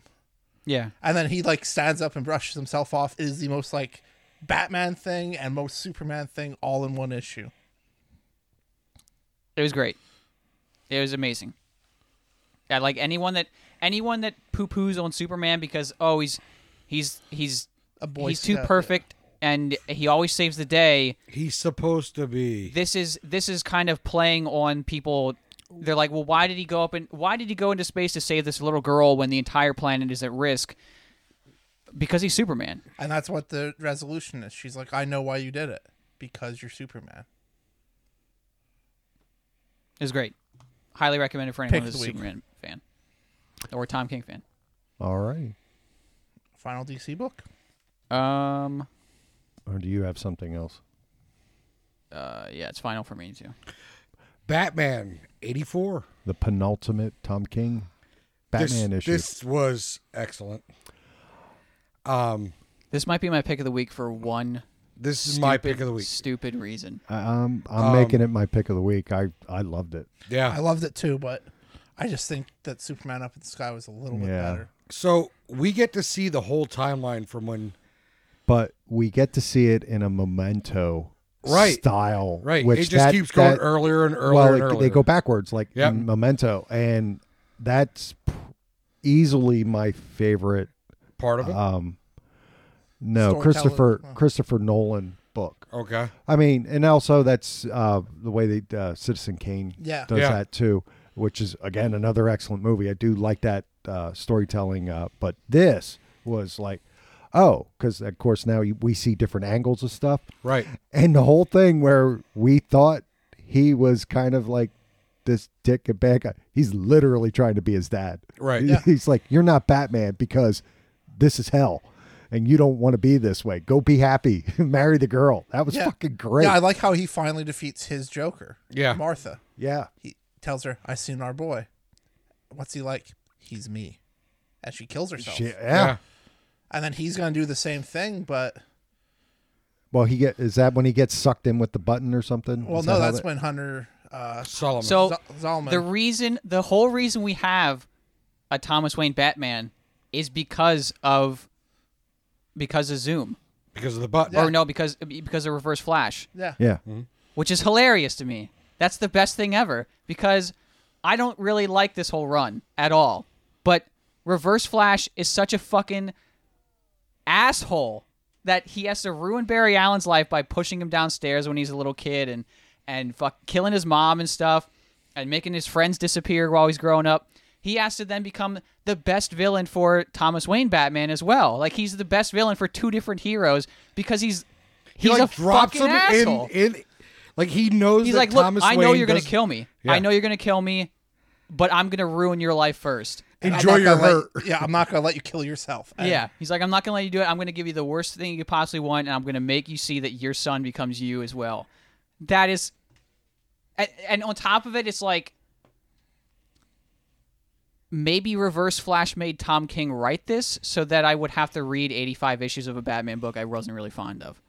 Speaker 5: yeah,
Speaker 1: And then he like stands up and brushes himself off. It is the most like Batman thing and most Superman thing all in one issue.
Speaker 5: It was great. It was amazing. Yeah, like anyone that anyone that poo poos on Superman because oh he's he's he's
Speaker 1: A boy
Speaker 5: he's too
Speaker 1: Scout, yeah.
Speaker 5: perfect and he always saves the day.
Speaker 3: He's supposed to be.
Speaker 5: This is this is kind of playing on people. They're like, well, why did he go up and why did he go into space to save this little girl when the entire planet is at risk? Because he's Superman.
Speaker 1: And that's what the resolution is. She's like, I know why you did it because you're Superman.
Speaker 5: It was great. Highly recommended for
Speaker 1: Pick
Speaker 5: anyone who's a
Speaker 1: of the week.
Speaker 5: Superman fan or a Tom King fan.
Speaker 2: All right.
Speaker 1: Final DC book.
Speaker 5: Um,
Speaker 2: Or do you have something else?
Speaker 5: uh, yeah, it's final for me too.
Speaker 3: Batman 84.
Speaker 2: The penultimate Tom King
Speaker 3: This-
Speaker 2: Batman issue.
Speaker 3: This was excellent. Um,
Speaker 5: This might be my pick of the week for one
Speaker 3: this is
Speaker 5: stupid,
Speaker 3: my pick of the week.
Speaker 5: stupid reason.
Speaker 2: I- um, I'm making it my pick of the week. I, I loved it.
Speaker 1: I
Speaker 3: Yeah.
Speaker 1: loved it too, but I just think that Superman Up in the Sky was a little bit
Speaker 2: Yeah.
Speaker 1: better.
Speaker 3: So we get to see the whole timeline from when
Speaker 2: But we get to see it in a memento
Speaker 3: Right.
Speaker 2: style.
Speaker 3: right.
Speaker 2: Which
Speaker 3: it just
Speaker 2: that-
Speaker 3: keeps going
Speaker 2: that-
Speaker 3: earlier and earlier
Speaker 2: well,
Speaker 3: and
Speaker 2: it-
Speaker 3: earlier.
Speaker 2: they go backwards like
Speaker 3: Yep.
Speaker 2: in Memento, and that's p- easily my favorite.
Speaker 3: Part of it.
Speaker 2: Um, no,
Speaker 1: Storytelling.
Speaker 2: Christopher
Speaker 1: Oh.
Speaker 2: Christopher Nolan book.
Speaker 3: okay.
Speaker 2: I mean, and also that's uh, the way that uh, Citizen Kane
Speaker 1: Yeah.
Speaker 2: does
Speaker 3: Yeah.
Speaker 2: that too, which is again another excellent movie. I do like that uh, storytelling, uh, but this was like, oh, because of course now you- we see different angles of stuff,
Speaker 3: Right.
Speaker 2: and the whole thing where we thought he was kind of like this dick and bad guy. He's literally trying to be his dad.
Speaker 3: Right.
Speaker 2: He-
Speaker 3: Yeah.
Speaker 2: He's like, you're not Batman because this is hell. And you don't want to be this way. Go be happy. Marry the girl. That was
Speaker 1: Yeah.
Speaker 2: fucking great.
Speaker 1: Yeah, I
Speaker 2: Yeah.
Speaker 1: like how he finally defeats his Joker.
Speaker 3: Yeah.
Speaker 1: Martha. He tells her, I seen our boy. What's he like? He's me. And she kills herself.
Speaker 2: She- yeah.
Speaker 3: Yeah.
Speaker 1: And then he's gonna do the same thing, but
Speaker 2: Well, he get is that when he gets sucked in with the button or something?
Speaker 1: well
Speaker 2: Is
Speaker 1: no,
Speaker 2: that how
Speaker 1: that's
Speaker 2: that-
Speaker 1: when Hunter uh
Speaker 3: Solomon.
Speaker 5: So
Speaker 1: Z- Zalman
Speaker 5: the reason, the whole reason we have a Thomas Wayne Batman is because of because of Zoom,
Speaker 3: because of the button.
Speaker 5: or no, because because of Reverse Flash,
Speaker 1: Yeah.
Speaker 2: Yeah.
Speaker 3: Mm-hmm.
Speaker 5: which is hilarious to me. That's the best thing ever because I don't really like this whole run at all. But Reverse Flash is such a fucking asshole that he has to ruin Barry Allen's life by pushing him downstairs when he's a little kid and and fuck killing his mom and stuff and making his friends disappear while he's growing up. He has to then become the best villain for Thomas Wayne Batman as well. Like he's the best villain for two different heroes because he's
Speaker 3: he
Speaker 5: he's
Speaker 3: like
Speaker 5: a
Speaker 3: drops
Speaker 5: fucking
Speaker 3: him
Speaker 5: asshole.
Speaker 3: in in like he knows
Speaker 5: he's
Speaker 3: that
Speaker 5: like, look,
Speaker 3: Thomas
Speaker 5: I know
Speaker 3: Wayne
Speaker 5: you're gonna
Speaker 3: doesn't-
Speaker 5: kill me.
Speaker 3: Yeah.
Speaker 5: I know you're gonna kill me, but I'm gonna ruin your life first.
Speaker 1: I'm
Speaker 3: Enjoy
Speaker 1: not
Speaker 3: your
Speaker 1: gonna let-
Speaker 3: hurt.
Speaker 1: yeah, I'm not gonna let you kill yourself. And
Speaker 5: yeah, he's like, I'm not gonna let you do it. I'm gonna give you the worst thing you could possibly want, and I'm gonna make you see that your son becomes you as well. That is, and, and on top of it, it's like maybe Reverse Flash made Tom King write this so that I would have to read 85 issues of a Batman book I wasn't really fond of,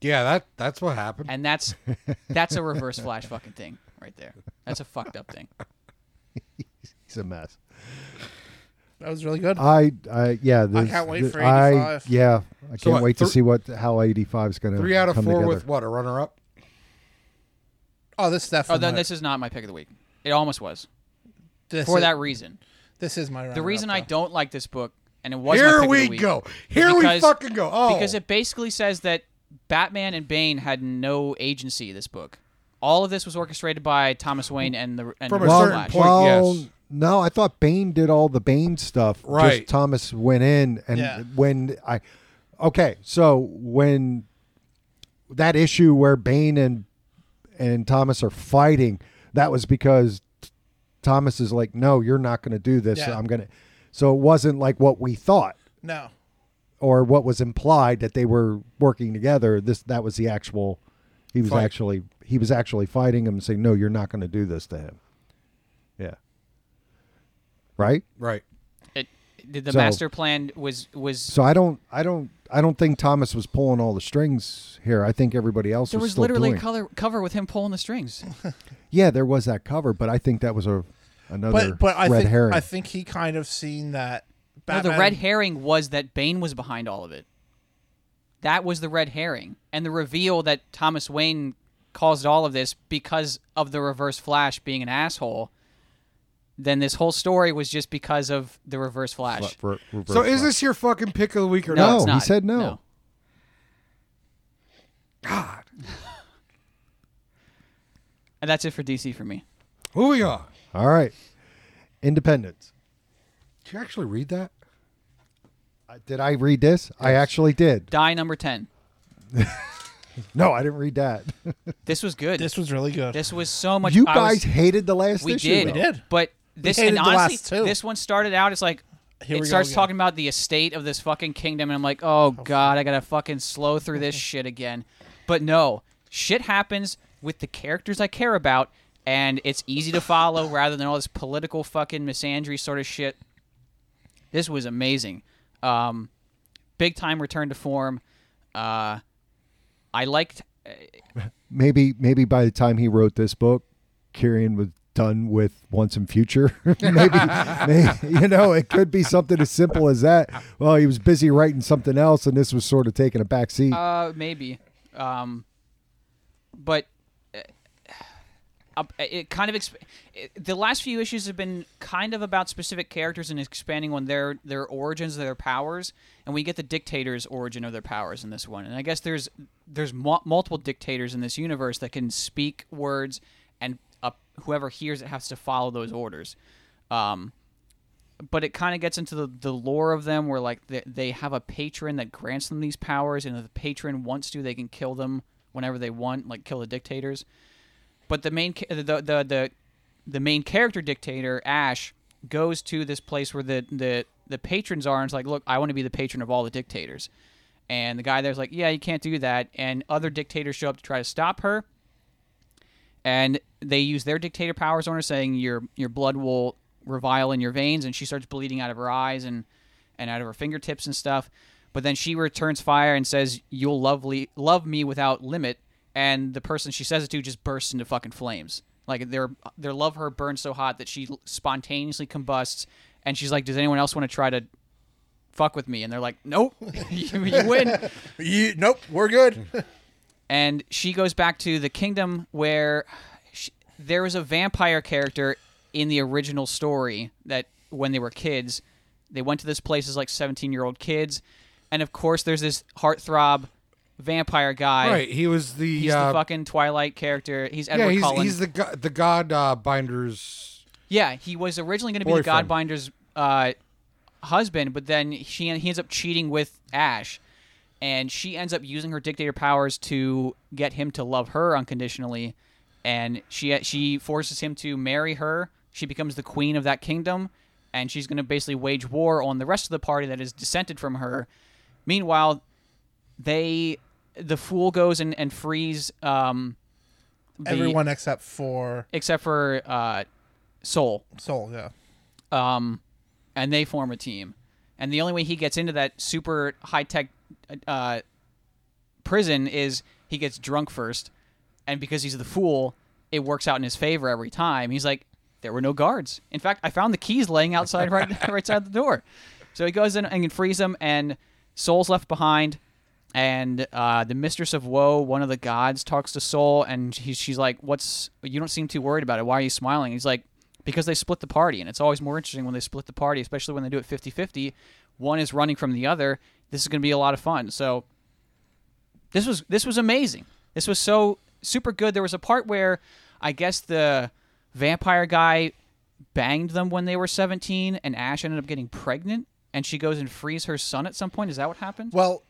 Speaker 3: Yeah, that that's what happened.
Speaker 5: and that's that's a Reverse Flash fucking thing right there. That's a fucked up thing.
Speaker 2: He's a mess.
Speaker 1: That was really good.
Speaker 2: I, I yeah. this-
Speaker 1: can't wait
Speaker 2: th-
Speaker 1: for
Speaker 2: I-
Speaker 1: 85.
Speaker 2: yeah, I can't
Speaker 3: So what,
Speaker 2: wait to
Speaker 3: thr-
Speaker 2: see what how 85 is going to
Speaker 3: Three out of
Speaker 2: come
Speaker 3: four
Speaker 2: together.
Speaker 3: with what a runner up.
Speaker 1: oh, this is
Speaker 5: Oh,
Speaker 1: definitely
Speaker 5: then this is not my pick of the week. It almost was
Speaker 1: this
Speaker 5: for
Speaker 1: is,
Speaker 5: that reason.
Speaker 1: this is my
Speaker 5: The reason I
Speaker 1: runner-up,
Speaker 5: don't like this book, and it was my
Speaker 3: Here
Speaker 5: pick of the
Speaker 3: we
Speaker 5: week,
Speaker 3: go. Here we
Speaker 5: Because-
Speaker 3: fucking go. Oh,
Speaker 5: because it basically says that Batman and Bane had no agency. This book, all of this was orchestrated by Thomas Wayne and the and
Speaker 3: From a
Speaker 5: Reverse
Speaker 2: well,
Speaker 3: certain
Speaker 5: Flash.
Speaker 3: point,
Speaker 2: well,
Speaker 3: yes.
Speaker 2: no, I thought Bane did all the Bane stuff.
Speaker 3: Right.
Speaker 2: Just Thomas went in, and
Speaker 1: Yeah.
Speaker 2: when I, okay, so when that issue where Bane and and Thomas are fighting, that was because t- Thomas is like, "No, you're not going to do this.
Speaker 1: Yeah.
Speaker 2: I'm going to." So it wasn't like what we thought
Speaker 1: No.
Speaker 2: or what was implied that they were working together. This that was the actual. He was
Speaker 1: Fight.
Speaker 2: actually he was actually fighting him and saying, "No, you're not going to do this to him." Yeah. Right.
Speaker 3: Right.
Speaker 5: It, the the
Speaker 2: So-
Speaker 5: master plan was was
Speaker 2: So I don't, I don't, I don't think Thomas was pulling all the strings here. I think everybody else
Speaker 5: there
Speaker 2: was,
Speaker 5: was
Speaker 2: still
Speaker 5: literally
Speaker 2: doing. it.
Speaker 5: color cover with him pulling the strings.
Speaker 2: yeah, there was that cover, but I think that was a another
Speaker 1: But but I
Speaker 2: red
Speaker 1: think
Speaker 2: herring.
Speaker 1: I think he kind of seen that
Speaker 5: No,
Speaker 1: Batman
Speaker 5: the red herring was that Bane was behind all of it. That was the red herring, and the reveal that Thomas Wayne caused all of this because of the Reverse Flash being an asshole. Then this whole story was just because of the Reverse Flash.
Speaker 2: Re- reverse
Speaker 3: So
Speaker 2: flash.
Speaker 3: is this your fucking pick of the week or
Speaker 5: No,
Speaker 3: not?
Speaker 5: it's
Speaker 2: No,
Speaker 5: not.
Speaker 2: he said no.
Speaker 3: God.
Speaker 5: And that's it for DC for me.
Speaker 3: Moving on.
Speaker 2: all right? Independence.
Speaker 3: Did you actually read that?
Speaker 2: I- Did I read this? I actually did.
Speaker 5: Die number ten.
Speaker 2: No, I didn't read that.
Speaker 5: This was good. This,
Speaker 1: This was really good.
Speaker 5: was so much.
Speaker 2: you
Speaker 5: I was-
Speaker 2: guys hated the last
Speaker 5: we
Speaker 2: issue.
Speaker 5: did.
Speaker 2: though.
Speaker 1: We did.
Speaker 5: But this
Speaker 1: hated
Speaker 5: and
Speaker 1: the
Speaker 5: honestly,
Speaker 1: last two.
Speaker 5: this one started out. It's like
Speaker 1: Here
Speaker 5: it
Speaker 1: we go
Speaker 5: starts
Speaker 1: again.
Speaker 5: talking about the estate of this fucking kingdom, and I'm like, oh, god, I gotta fucking slow through this shit again. But no, shit happens with the characters I care about, and it's easy to follow rather than all this political fucking misandry sort of shit. This was amazing. Um, big time return to form. Uh, I liked.
Speaker 2: Maybe, maybe by the time he wrote this book, Kieran was done with Once in Future. maybe, maybe, you know, it could be something as simple as that. Well, he was busy writing something else, and this was sort of taking a back seat.
Speaker 5: Uh, maybe. Um, but uh, uh, it kind of exp- it, the last few issues have been kind of about specific characters and expanding on their their origins, their powers, and we get the dictator's origin of their powers in this one. And I guess there's there's mu- multiple dictators in this universe that can speak words, and uh, whoever hears it has to follow those orders. Um, but it kind of gets into the, the lore of them where like they, they have a patron that grants them these powers and if the patron wants to they can kill them whenever they want like kill the dictators but the main ca- the the the, the main character dictator ash goes to this place where the the the patrons are and is like look i want to be the patron of all the dictators and the guy there's like yeah you can't do that and other dictators show up to try to stop her and they use their dictator powers on her, saying your your blood will revile in your veins, and she starts bleeding out of her eyes and and out of her fingertips and stuff. But then she returns fire and says, "You'll lovely love me without limit." And the person she says it to just bursts into fucking flames. Like their their love her burns so hot that she spontaneously combusts. And she's like, "Does anyone else want to try to fuck with me?" And they're like, "Nope, you, you win."
Speaker 1: You, nope, we're good.
Speaker 5: and she goes back to the kingdom where she, there was a vampire character in the original story that when they were kids they went to this place as like 17 year old kids and of course there's this heartthrob vampire guy
Speaker 3: Right. He was the,
Speaker 5: he's
Speaker 3: uh,
Speaker 5: the fucking twilight character he's edward
Speaker 3: yeah. He's,
Speaker 5: cullen
Speaker 3: he's the go- the God uh, Binders.
Speaker 5: yeah he was originally going to be
Speaker 3: Boyfriend.
Speaker 5: the godbinder's uh, husband but then she he ends up cheating with ash and she ends up using her dictator powers to get him to love her unconditionally and she she forces him to marry her she becomes the queen of that kingdom and she's going to basically wage war on the rest of the party that is dissented from her meanwhile they the fool goes and, and frees um, the-
Speaker 1: Everyone except for
Speaker 5: except for uh, soul
Speaker 1: Soul, yeah.
Speaker 5: um, and they form a team. And the only way he gets into that super high tech uh, prison is he gets drunk first, and because he's the fool, it works out in his favor every time. He's like, there were no guards. In fact, I found the keys laying outside right right side the door. So he goes in and frees them, and Soul's left behind. And uh, the mistress of woe, one of the gods, talks to Soul, and he, she's like, "What's? You don't seem too worried about it. Why are you smiling?" He's like, "Because they split the party, and it's always more interesting when they split the party, especially when they do it 50-50. One is running from the other. This is going to be a lot of fun." So this was this was amazing. This was so super good. There was a part where I guess the vampire guy banged them when they were 17 and Ash ended up getting pregnant and she goes and frees her son at some point. Is that what happened?
Speaker 1: Well,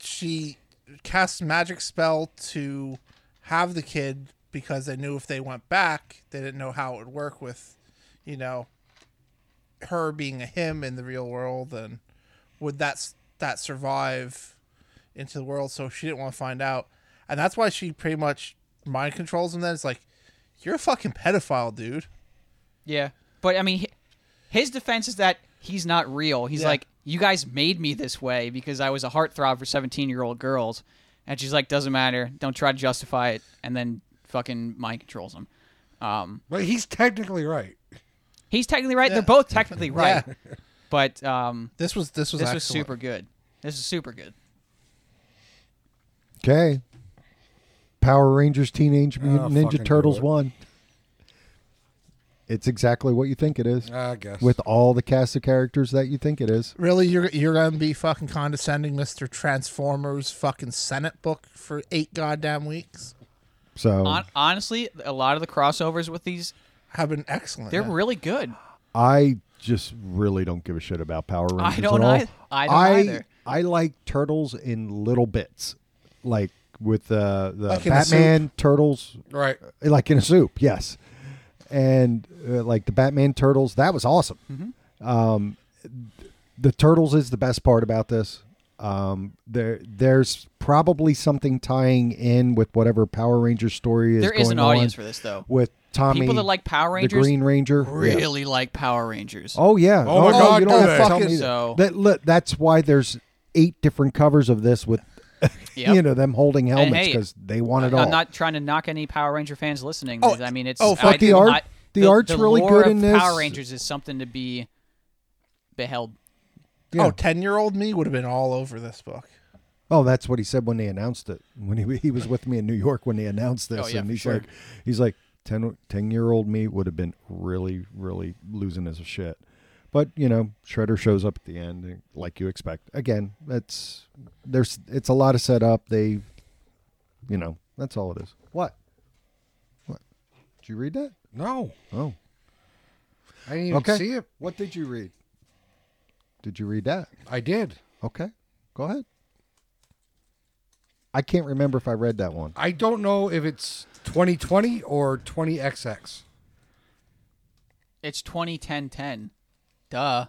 Speaker 1: she casts magic spell to have the kid because they knew if they went back, they didn't know how it would work with, you know, her being a him in the real world, and would that s- that survive into the world? So she didn't want to find out, and that's why she pretty much mind controls him. Then it's like, you're a fucking pedophile, dude.
Speaker 5: Yeah, but I mean, hi- his defense is that he's not real. He's
Speaker 1: Yeah.
Speaker 5: like, you guys made me this way because I was a heartthrob for seventeen-year-old girls, and she's like, doesn't matter. Don't try to justify it, and then fucking mind controls him. Um,
Speaker 3: But he's technically right.
Speaker 5: he's technically right.
Speaker 1: Yeah.
Speaker 5: They're both technically right,
Speaker 1: Yeah.
Speaker 5: but um,
Speaker 1: This was this was
Speaker 5: this was
Speaker 1: excellent.
Speaker 5: super good. This is super good.
Speaker 2: Okay. Power Rangers Teenage Mutant
Speaker 3: fucking
Speaker 2: Ninja Turtles
Speaker 3: do it.
Speaker 2: 1. It's exactly what you think it is.
Speaker 3: I guess.
Speaker 2: with all the cast of characters that you think it is.
Speaker 1: Really, you're you're gonna be fucking condescending, Mister Transformers fucking Senate book for eight goddamn weeks.
Speaker 2: So
Speaker 5: Hon- honestly, a lot of the crossovers with these,
Speaker 1: Have been
Speaker 2: Oh,
Speaker 1: excellent.
Speaker 5: they're
Speaker 1: yeah.
Speaker 5: really good.
Speaker 2: I just really don't give a shit about Power Rangers.
Speaker 5: don't
Speaker 2: at all.
Speaker 5: eith- I don't either.
Speaker 2: I like turtles in little bits, like with uh, the
Speaker 1: Like in a
Speaker 2: Batman turtles,
Speaker 3: right.
Speaker 2: like in a soup. Yes, and uh, like the Batman turtles, that was awesome.
Speaker 5: Mm-hmm.
Speaker 2: Um, the turtles is the best part about this. Um, there, there's probably something tying in with whatever Power Rangers story is.
Speaker 5: There
Speaker 2: going
Speaker 5: is an audience
Speaker 2: on.
Speaker 5: for this though.
Speaker 2: with Tommy.
Speaker 5: People that like Power
Speaker 2: the
Speaker 5: Rangers
Speaker 2: Green Ranger. Yeah.
Speaker 5: really like Power Rangers.
Speaker 2: Oh yeah.
Speaker 3: Oh, my
Speaker 2: no,
Speaker 3: God,
Speaker 2: You don't
Speaker 3: do
Speaker 2: have
Speaker 3: they?
Speaker 2: to tell me that.
Speaker 5: So-
Speaker 2: That- look, that's why there's eight different covers of this with
Speaker 5: Yep.
Speaker 2: you know them holding helmets
Speaker 5: hey,
Speaker 2: because they want it all.
Speaker 5: I'm not trying to knock any Power Ranger fans listening.
Speaker 1: Oh,
Speaker 5: I mean, it's
Speaker 1: oh,
Speaker 5: I
Speaker 1: fuck, the
Speaker 5: do
Speaker 2: art-
Speaker 5: not-
Speaker 2: the art's really
Speaker 5: lore
Speaker 2: good
Speaker 5: of
Speaker 2: in this.
Speaker 5: Power Rangers is something to be beheld.
Speaker 1: Oh, 10 year old me would have been all over this book.
Speaker 2: Oh, that's what he said when they announced it. When he he was with me in New York when they announced this,
Speaker 5: Oh, yeah,
Speaker 2: and
Speaker 5: for
Speaker 2: he's
Speaker 5: sure.
Speaker 2: like, he's like, 10, 10 year old me would have been really, really losing his shit. But you know, Shredder shows up at the end, and like you expect. Again, that's there's it's a lot of setup. They, you know, that's all it is. What? What? Did you read that?
Speaker 3: No.
Speaker 2: Oh,
Speaker 3: I didn't even
Speaker 2: Okay.
Speaker 3: see it.
Speaker 2: what did you read? Did you read that?
Speaker 3: I did.
Speaker 2: Okay, go ahead. I can't remember if I read that one.
Speaker 3: I don't know if it's 2020 or 20XX.
Speaker 5: It's 2010-10. Duh.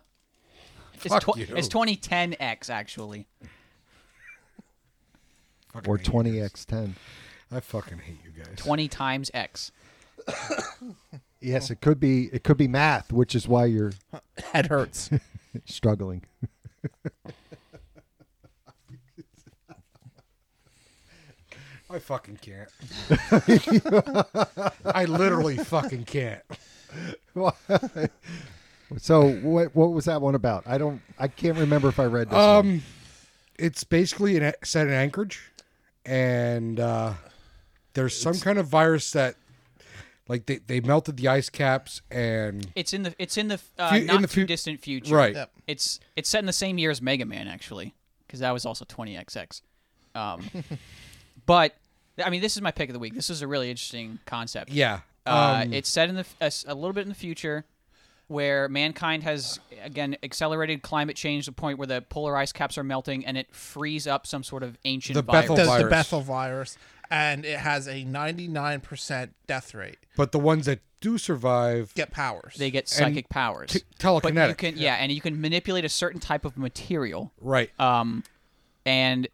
Speaker 3: Fuck
Speaker 5: it's, tw-
Speaker 3: you.
Speaker 5: it's 2010X actually.
Speaker 3: Fucking
Speaker 2: or
Speaker 3: hate you.
Speaker 2: 20x10.
Speaker 3: I fucking hate you guys.
Speaker 5: 20 times X.
Speaker 2: Yes, it could be it could be math, which is why you're
Speaker 1: Head hurts.
Speaker 2: struggling.
Speaker 3: I fucking can't. I literally fucking can't.
Speaker 2: So what what was that one about? I don't I can't remember if I read this one.
Speaker 3: Um, it's basically an, set in Anchorage, and uh, there's some kind of virus that, like, they, they melted the ice caps and
Speaker 5: It's in the it's in the uh,
Speaker 3: Fu- in
Speaker 5: not
Speaker 3: the
Speaker 5: too
Speaker 3: fu-
Speaker 5: distant future.
Speaker 3: right.
Speaker 1: Yep.
Speaker 5: It's it's set in the same year as Mega Man actually, because that was also 20XX. Um, but I mean, this is my pick of the week. This is a really interesting concept.
Speaker 3: Yeah.
Speaker 5: Uh,
Speaker 3: um,
Speaker 5: it's set in the f- a s- a little bit in the future, where mankind has again accelerated climate change to the point where the polar ice caps are melting and it frees up some sort of ancient
Speaker 3: The
Speaker 5: virus.
Speaker 3: Bethel
Speaker 1: the, the
Speaker 3: virus.
Speaker 1: Bethel virus. And it has a 99% death rate.
Speaker 3: but the ones that do survive
Speaker 1: Get powers.
Speaker 5: they get psychic powers.
Speaker 3: t-
Speaker 5: But you
Speaker 3: telekinetic.
Speaker 5: can yeah, and you can manipulate a certain type of material.
Speaker 3: right.
Speaker 5: um, and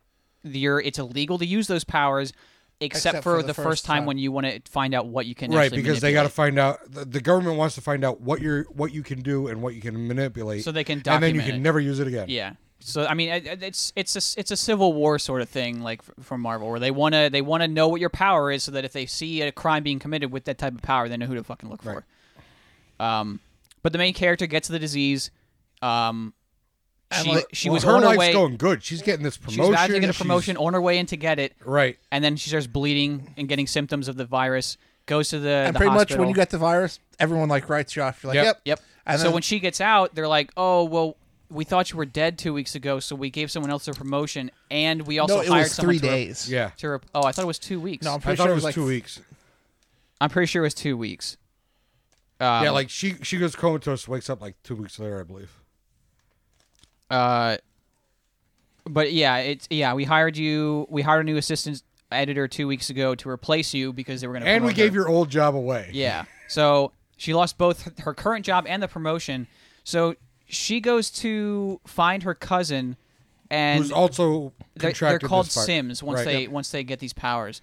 Speaker 5: you're it's illegal to use those powers except,
Speaker 1: Except
Speaker 5: for, the, first, time, when you want to find out what you can
Speaker 3: right
Speaker 5: actually
Speaker 3: because they got to
Speaker 5: manipulate.
Speaker 3: find out the, the government wants to find out what you're what you can do and what you can manipulate
Speaker 5: So they can
Speaker 3: and then you
Speaker 5: document
Speaker 3: can
Speaker 5: it.
Speaker 3: never use it again
Speaker 5: yeah so i mean it- it- it's it's a it's a civil war sort of thing like f- from marvel where they want to they want to know what your power is so that if they see a crime being committed with that type of power they know who to fucking look for um but the main character gets the disease um
Speaker 1: And,
Speaker 5: she,
Speaker 1: like,
Speaker 5: she
Speaker 3: Well,
Speaker 5: was
Speaker 3: her
Speaker 5: on her
Speaker 3: life's
Speaker 5: way
Speaker 3: going good she's getting this promotion
Speaker 5: she's about to get a
Speaker 3: she's-
Speaker 5: promotion on her way in to get it
Speaker 3: right
Speaker 5: and then she starts bleeding and getting symptoms of the virus. Goes to the
Speaker 1: and
Speaker 5: the
Speaker 1: pretty much
Speaker 5: hospital.
Speaker 1: when you get the virus, everyone like writes you off. You're like,
Speaker 3: Yep.
Speaker 1: yep.
Speaker 5: yep.
Speaker 1: And
Speaker 5: so
Speaker 1: then-
Speaker 5: when she gets out, they're like, "Oh well, we thought you were dead two weeks ago, so we gave someone else a promotion, and we also
Speaker 1: no, it
Speaker 5: hired
Speaker 1: was
Speaker 5: someone
Speaker 1: three
Speaker 5: to re-
Speaker 1: days.
Speaker 3: yeah
Speaker 5: to re- oh, I thought it was two weeks.
Speaker 1: No, I'm pretty
Speaker 3: i thought
Speaker 1: sure
Speaker 3: it was
Speaker 1: like
Speaker 3: two weeks
Speaker 5: I'm pretty sure it was two weeks. Um,
Speaker 3: yeah like she she goes comatose wakes up like two weeks later i believe
Speaker 5: Uh, but yeah, it's yeah. We hired you. We hired a new assistant editor two weeks ago to replace you because they were going to.
Speaker 3: And we gave your old job away.
Speaker 5: Yeah. So she lost both her current job and the promotion. So she goes to find her cousin, and
Speaker 3: Who's also
Speaker 5: they're,
Speaker 3: contracted
Speaker 5: they're called
Speaker 3: this part.
Speaker 5: Sims once
Speaker 3: Right.
Speaker 5: they once they get these powers,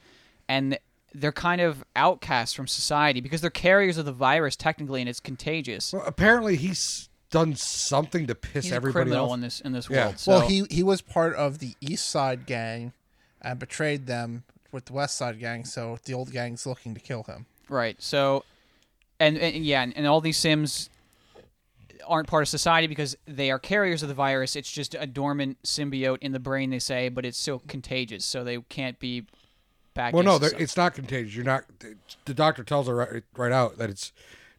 Speaker 5: and they're kind of outcasts from society because they're carriers of the virus technically, and it's contagious.
Speaker 3: Well, apparently he's done something to piss
Speaker 5: He's a
Speaker 3: everybody
Speaker 5: criminal
Speaker 3: off.
Speaker 5: in this in this
Speaker 3: Yeah.
Speaker 5: world. So
Speaker 1: Well, he he was part of the East Side gang, and betrayed them with the West Side gang. So the old gang's looking to kill him.
Speaker 5: Right. So, and, and yeah, and, and all these Sims aren't part of society because they are carriers of the virus. It's just a dormant symbiote in the brain, they say, but it's so contagious, so they can't be back.
Speaker 3: well,
Speaker 5: in
Speaker 3: no,
Speaker 5: soci-
Speaker 3: they're- it's not contagious. You're not. The doctor tells her right, right out that it's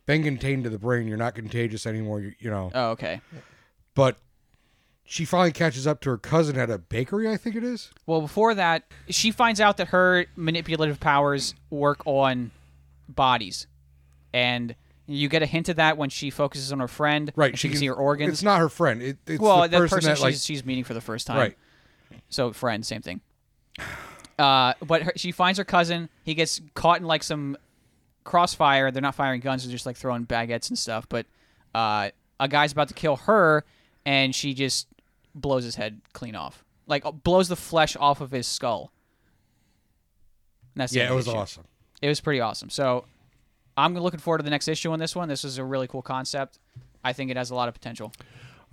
Speaker 3: been contained to the brain. You're not contagious anymore. You, you know.
Speaker 5: Oh, okay.
Speaker 3: But she finally catches up to her cousin at a bakery. I think it is.
Speaker 5: Well, before that, she finds out that her manipulative powers work on bodies, and you get a hint of that when she focuses on her friend.
Speaker 3: Right.
Speaker 5: and she, can see her organs.
Speaker 3: It's not her friend. It, it's
Speaker 5: well,
Speaker 3: the
Speaker 5: that
Speaker 3: person,
Speaker 5: person
Speaker 3: that
Speaker 5: she's,
Speaker 3: like.
Speaker 5: she's meeting for the first time.
Speaker 3: Right.
Speaker 5: So friend, same thing. Uh, but her, she finds her cousin. He gets caught in like some crossfire. They're not firing guns; they're just like throwing baguettes and stuff. But uh, a guy's about to kill her, and she just blows his head clean off, like uh, blows the flesh off of his skull. And that's the
Speaker 3: Yeah,
Speaker 5: end
Speaker 3: it
Speaker 5: of
Speaker 3: was
Speaker 5: the issue.
Speaker 3: awesome.
Speaker 5: It was pretty awesome. So I'm looking forward to the next issue on this one. This is a really cool concept. I think it has a lot of potential.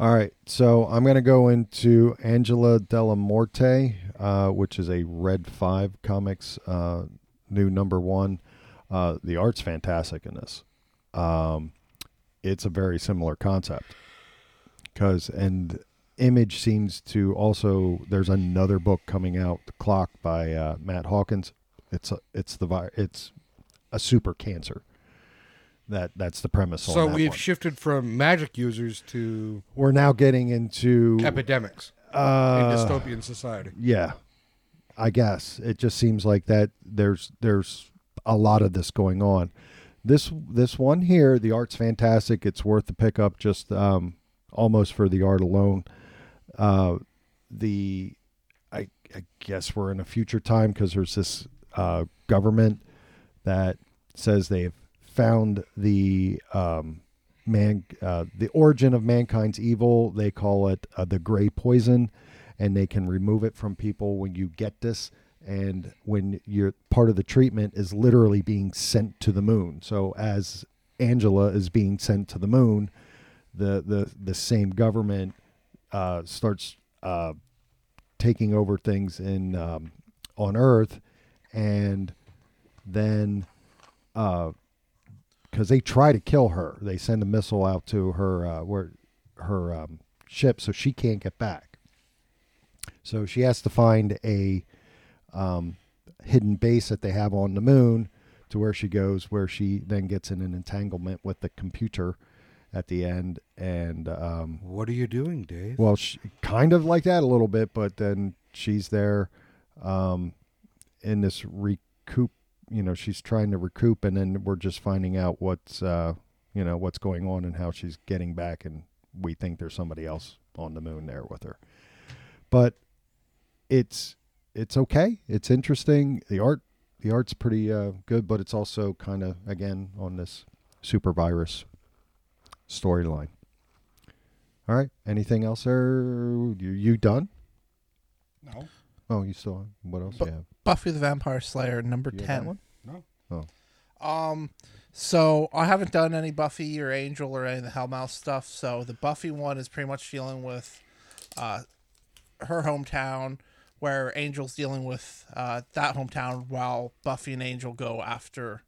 Speaker 2: All right, so I'm going to go into Angela Della Morte, uh, which is a Red Five Comics uh, new number one. Uh, the art's fantastic in this. Um, it's a very similar concept because and Image seems to also there's another book coming out, The Clock by uh, Matt Hawkins. It's a, it's the vi- it's a super cancer. That that's the premise.
Speaker 3: So
Speaker 2: on that
Speaker 3: we've
Speaker 2: one.
Speaker 3: shifted from magic users to
Speaker 2: we're now getting into
Speaker 3: epidemics
Speaker 2: uh,
Speaker 3: in dystopian society.
Speaker 2: yeah i guess it just seems like that there's there's a lot of this going on this this one here the art's fantastic it's worth the pickup just um almost for the art alone uh the i i guess we're in a future time because there's this uh government that says they've found the um man uh, the origin of mankind's evil they call it uh, the gray poison and they can remove it from people when you get this and when you're part of the treatment is literally being sent to the moon so as angela is being sent to the moon the the, the same government uh, starts uh, taking over things in um, on earth and then because they try to kill her. They send a missile out to her uh, where her um, ship, so she can't get back. So she has to find a um, hidden base that they have on the moon, to where she goes, where she then gets in an entanglement with the computer at the end, and um,
Speaker 3: What are you doing, Dave?
Speaker 2: well, she, kind of like that a little bit, but then she's there um, in this recoup. You know, she's trying to recoup, and then we're just finding out what's uh, you know what's going on and how she's getting back. And we think there's somebody else on the moon there with her, but it's it's okay. It's interesting. The art the art's pretty uh, good, but it's also kind of again on this super virus storyline. All right. Anything else, sir? You, you done?
Speaker 3: No.
Speaker 2: Oh, you still on? What else?
Speaker 1: But-
Speaker 2: yeah.
Speaker 1: Buffy the Vampire Slayer number
Speaker 2: You have
Speaker 1: ten.
Speaker 2: that one?
Speaker 3: No.
Speaker 2: Oh.
Speaker 1: Um, so I haven't done any Buffy or Angel or any of the Hellmouth stuff. So the Buffy one is pretty much dealing with, uh, her hometown, where Angel's dealing with uh that hometown, while Buffy and Angel go after.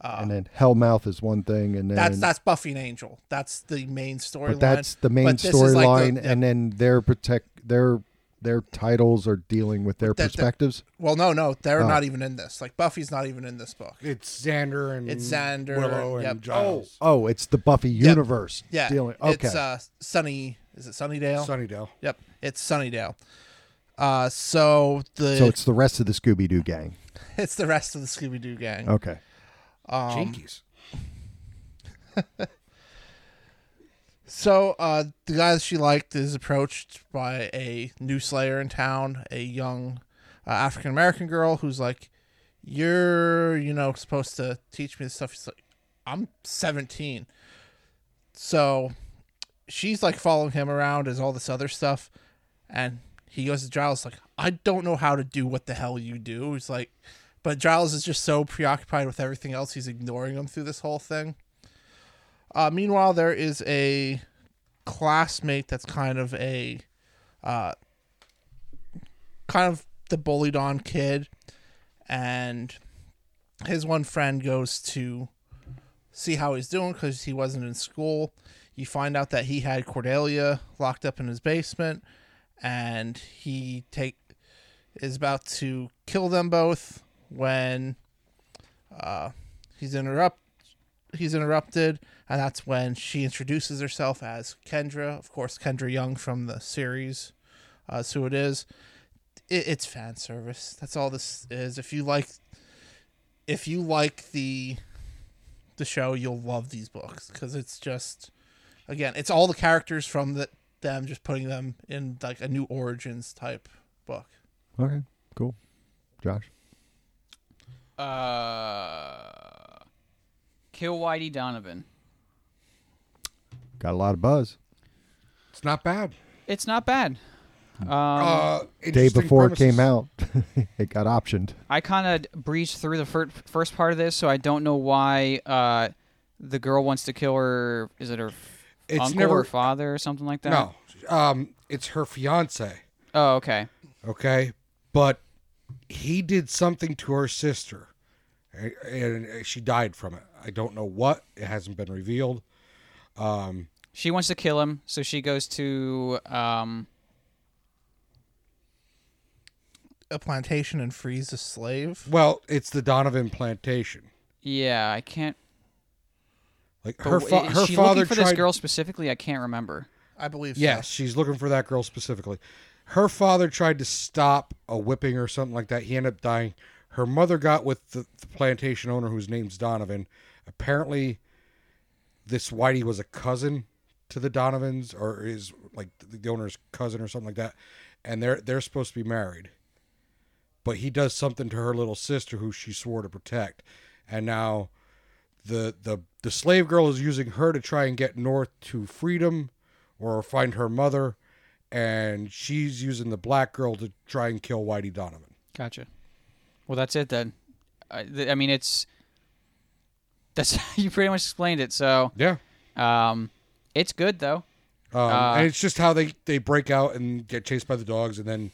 Speaker 1: Uh,
Speaker 2: and then Hellmouth is one thing, and then
Speaker 1: that's that's Buffy and Angel. That's the main storyline.
Speaker 2: but that's the main
Speaker 1: But this is like
Speaker 2: storyline,
Speaker 1: the-
Speaker 2: and then their protect their their titles are dealing with their
Speaker 1: that-
Speaker 2: perspectives.
Speaker 1: Well, no, no, they're
Speaker 2: Oh.
Speaker 1: not even in this. Like Buffy's not even in this book.
Speaker 3: It's Xander and
Speaker 1: It's Xander,
Speaker 3: Willow and
Speaker 1: yep.
Speaker 3: Giles.
Speaker 2: oh, it's the Buffy universe.
Speaker 1: Yeah,
Speaker 2: Dealing. Okay.
Speaker 1: it's uh, Sunny. Is it Sunnydale?
Speaker 3: Sunnydale.
Speaker 1: Yep, it's Sunnydale. Uh, so the
Speaker 2: so it's the rest of the Scooby Doo gang.
Speaker 1: it's the rest of the Scooby Doo gang.
Speaker 2: Okay.
Speaker 5: Um,
Speaker 3: Jinkies.
Speaker 1: So uh, the guy that she liked is approached by a new Slayer in town, a young uh, African American girl who's like, "You're you know supposed to teach me this stuff." She's like, "I'm 17," so she's like following him around as all this other stuff, and he goes to Giles like, "I don't know how to do what the hell you do." He's like, but Giles is just so preoccupied with everything else, he's ignoring him through this whole thing. Uh, meanwhile, there is a classmate that's kind of a uh, kind of the bullied on kid and his one friend goes to see how he's doing because he wasn't in school you find out that he had cordelia locked up in his basement and he take is about to kill them both when uh, he's interrupt he's interrupted, and that's when she introduces herself as Kendra. Of course, Kendra Young from the series. Uh, that's who it is. It, it's fan service. That's all this is. If you like, if you like the the show, you'll love these books because it's just, again, it's all the characters from the them just putting them in like a new origins type book.
Speaker 2: Okay, cool. Josh,
Speaker 5: Uh, kill Whitey Donovan.
Speaker 2: got a lot of buzz.
Speaker 3: It's not bad.
Speaker 5: It's not bad. Um,
Speaker 3: Uh,
Speaker 2: Day
Speaker 3: interesting
Speaker 2: before it came
Speaker 3: premises.
Speaker 2: out, it got optioned.
Speaker 5: I kind of breezed through the fir- first part of this, so I don't know why uh, the girl wants to kill her. Is it her
Speaker 3: It's
Speaker 5: uncle
Speaker 3: never-
Speaker 5: or father or something like that?
Speaker 3: No, um, it's her fiance.
Speaker 5: Oh, okay.
Speaker 3: Okay, but he did something to her sister, a- and she died from it. I don't know what. It hasn't been revealed. Um,
Speaker 5: She wants to kill him, so she goes to um,
Speaker 1: A plantation and frees a slave.
Speaker 3: well, it's the Donovan plantation.
Speaker 5: yeah. I can't.
Speaker 3: Like
Speaker 5: but
Speaker 3: her,
Speaker 5: wh-
Speaker 3: fa-
Speaker 5: is
Speaker 3: her
Speaker 5: she
Speaker 3: father
Speaker 5: looking for
Speaker 3: tried.
Speaker 5: this girl specifically. I can't remember.
Speaker 1: I believe.
Speaker 3: Yes,
Speaker 1: So.
Speaker 3: she's looking for that girl specifically. Her father tried to stop a whipping or something like that. He ended up dying. Her mother got with the, the plantation owner whose name's Donovan. Apparently, this Whitey was a cousin to the Donovans, or is like the the owner's cousin or something like that, and they're they're supposed to be married. But he does something to her little sister, who she swore to protect, and now the the the slave girl is using her to try and get north to freedom or find her mother and she's using the black girl to try and kill whitey donovan
Speaker 5: Gotcha. Well, that's it then. I, th- I mean, it's that's you pretty much explained it. So,
Speaker 3: yeah
Speaker 5: um, it's good though.
Speaker 3: um,
Speaker 5: Uh,
Speaker 3: and it's just how they they break out and get chased by the dogs and then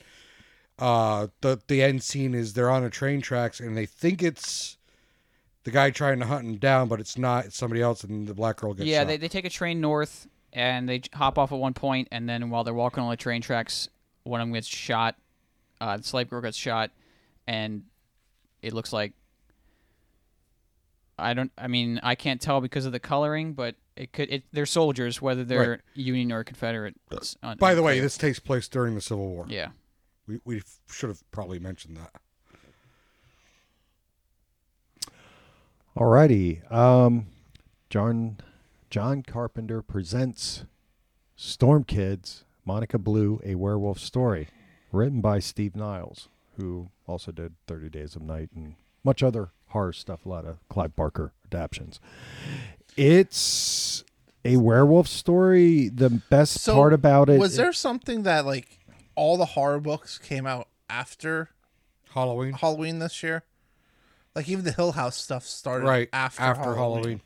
Speaker 3: uh the the end scene is they're on the train tracks and they think it's the guy trying to hunt him down but it's not it's somebody else and the black girl gets
Speaker 5: yeah,
Speaker 3: shot.
Speaker 5: they, they take a train north and they j- hop off at one point, and then while they're walking on the train tracks, one of them gets shot. Uh, the slave girl gets shot, and it looks like I don't. I mean, I can't tell because of the coloring, but it could. It, they're soldiers, whether they're Union or Confederate. It's un-
Speaker 3: Uh, by the way
Speaker 5: unclear.
Speaker 3: this takes place during the civil war
Speaker 5: yeah.
Speaker 3: we, we should have probably mentioned that
Speaker 2: Alrighty. Um, John John Carpenter presents Storm Kids, Monica Blue, a werewolf story, written by Steve Niles, who also did Thirty Days of Night and much other horror stuff, a lot of Clive Barker adaptions. It's a werewolf story. The best
Speaker 1: So,
Speaker 2: part about it
Speaker 1: was there something that like all the horror books came out after
Speaker 3: halloween
Speaker 1: Halloween this year? Like even the Hill House stuff started
Speaker 3: right
Speaker 1: after,
Speaker 3: halloween.
Speaker 1: Halloween.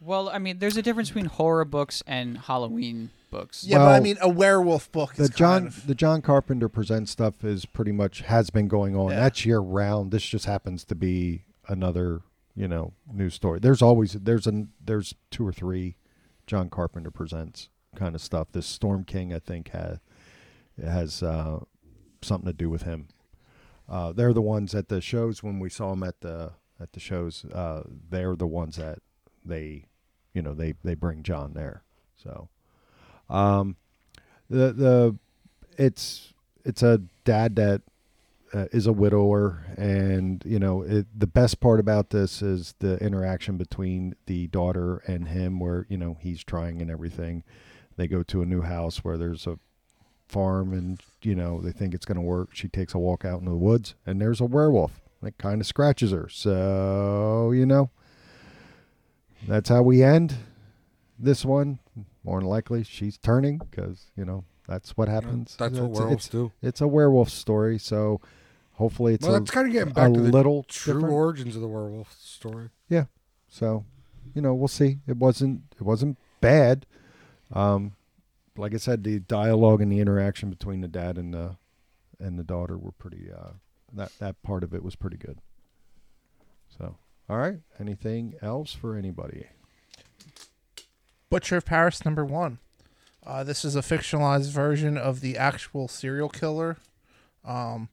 Speaker 5: Well, I mean, there's a difference between horror books and Halloween books.
Speaker 1: Yeah, but I
Speaker 2: Well,
Speaker 1: mean a werewolf book.
Speaker 2: the
Speaker 1: Is
Speaker 2: John
Speaker 1: kind of-
Speaker 2: the John Carpenter presents stuff is pretty much has been going on.
Speaker 1: Yeah.
Speaker 2: That's year round. This just happens to be another you know news story. There's always there's an there's two or three John Carpenter presents kind of stuff. This Storm King I think has has uh, something to do with him. Uh, they're the ones at the shows when we saw them at the at the shows. Uh, they're the ones that they you know they they bring John there. So um, the the it's it's a dad that uh, is a widower and you know it, the best part about this is the interaction between the daughter and him where you know he's trying and everything they go to a new house where there's a farm and, you know, they think it's going to work. She takes a walk out into the woods and there's a werewolf. And it kind of scratches her. So, you know, that's how we end this one. More than likely, she's turning because, you know, that's what happens.
Speaker 3: That's
Speaker 2: It's-
Speaker 3: what
Speaker 2: it's-
Speaker 3: werewolves do.
Speaker 2: It's a werewolf story. So hopefully it's
Speaker 3: well,
Speaker 2: a,
Speaker 3: that's kind of getting
Speaker 2: a
Speaker 3: back to the
Speaker 2: little
Speaker 3: true
Speaker 2: different.
Speaker 3: origins of the werewolf story.
Speaker 2: So, you know, we'll see. It wasn't it wasn't bad. Um, like I said, the dialogue and the interaction between the dad and the and the daughter were pretty. Uh, that that part of it was pretty good. So, all right. Anything else for anybody?
Speaker 1: Butcher of Paris number one. Uh, this is a fictionalized version of the actual serial killer, um,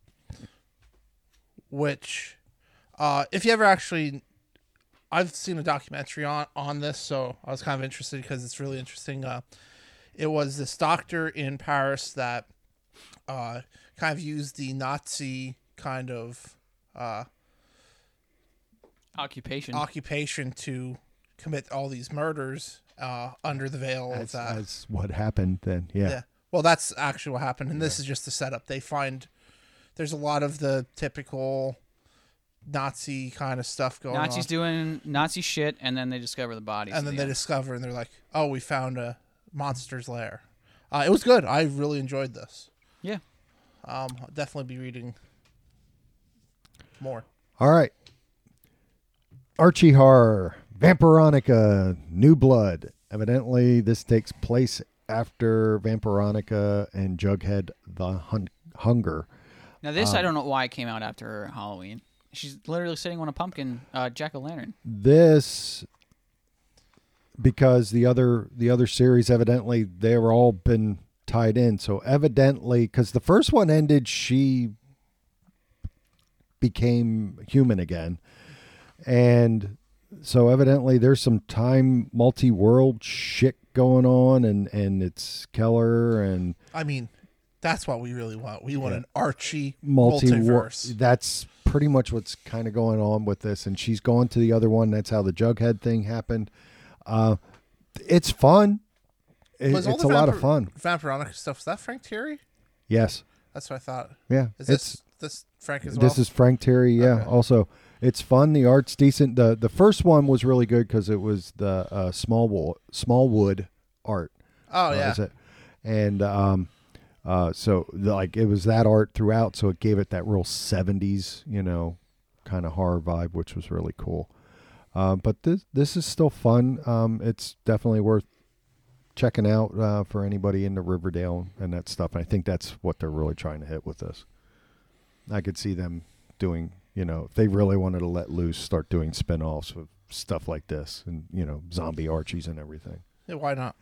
Speaker 1: which, uh, if you ever actually, I've seen a documentary on on this, so I was kind of interested because it's really interesting. Uh, it was this doctor in Paris that uh, kind of used the Nazi kind of uh,
Speaker 5: Occupation.
Speaker 1: occupation to commit all these murders uh, under the veil of
Speaker 2: That's,
Speaker 1: that.
Speaker 3: uh,
Speaker 2: that's what happened then. Yeah.
Speaker 1: Yeah. Well, that's actually what happened, and this is just the setup. They find there's a lot of the typical Nazi kind of stuff
Speaker 3: oh,
Speaker 1: going
Speaker 5: Nazis
Speaker 1: on,
Speaker 5: doing Nazi shit, and then they discover the bodies.
Speaker 1: and then
Speaker 5: in
Speaker 1: they
Speaker 5: the
Speaker 1: discover and they're like, "Oh, we found a monster's lair." Uh, it was good. I really enjoyed this.
Speaker 5: Yeah.
Speaker 1: Um, I'll definitely be reading more.
Speaker 2: All right. Archie Horror, Vampironica, New Blood. Evidently, this takes place after Vampironica and Jughead the hun- Hunger.
Speaker 5: end. Now this, I don't know why it came out after Halloween. She's literally sitting on a pumpkin uh, jack o' lantern.
Speaker 2: This because the other the other series evidently they were all been tied in. So evidently cuz the first one ended she became human again. And so evidently there's some time multi-world shit going on and and it's Keller and
Speaker 1: I mean, that's what we really want. We want an Archie
Speaker 2: multi
Speaker 1: multiverse.
Speaker 2: That's pretty much what's kind of going on with this, and she's going to the other one. That's how the Jughead thing happened. Uh, it's fun. It-
Speaker 1: Was all
Speaker 2: it's a
Speaker 1: the
Speaker 2: lot of
Speaker 1: Vampir-
Speaker 2: fun.
Speaker 1: Vampironica stuff. Is that Frank Terry?
Speaker 2: Yes.
Speaker 1: That's what I thought.
Speaker 2: Yeah.
Speaker 1: Is
Speaker 2: it's
Speaker 1: this this Frank as well?
Speaker 2: This is Frank Terry. Yeah. Also, it's fun. The art's decent. the The first one was really good because it was the uh, small wo- Smallwood art.
Speaker 1: oh
Speaker 2: Uh,
Speaker 1: yeah.
Speaker 2: is it? And um, uh, so the, like it was that art throughout, so it gave it that real '70s, you know, kind of horror vibe, which was really cool. Uh, but this this is still fun. Um, it's definitely worth checking out uh, for anybody into Riverdale and that stuff. And I think that's what they're really trying to hit with this. I could see them doing, you know, if they really wanted to let loose, start doing spin-offs with stuff like this, and you know, zombie Archies and everything.
Speaker 1: Yeah, why not?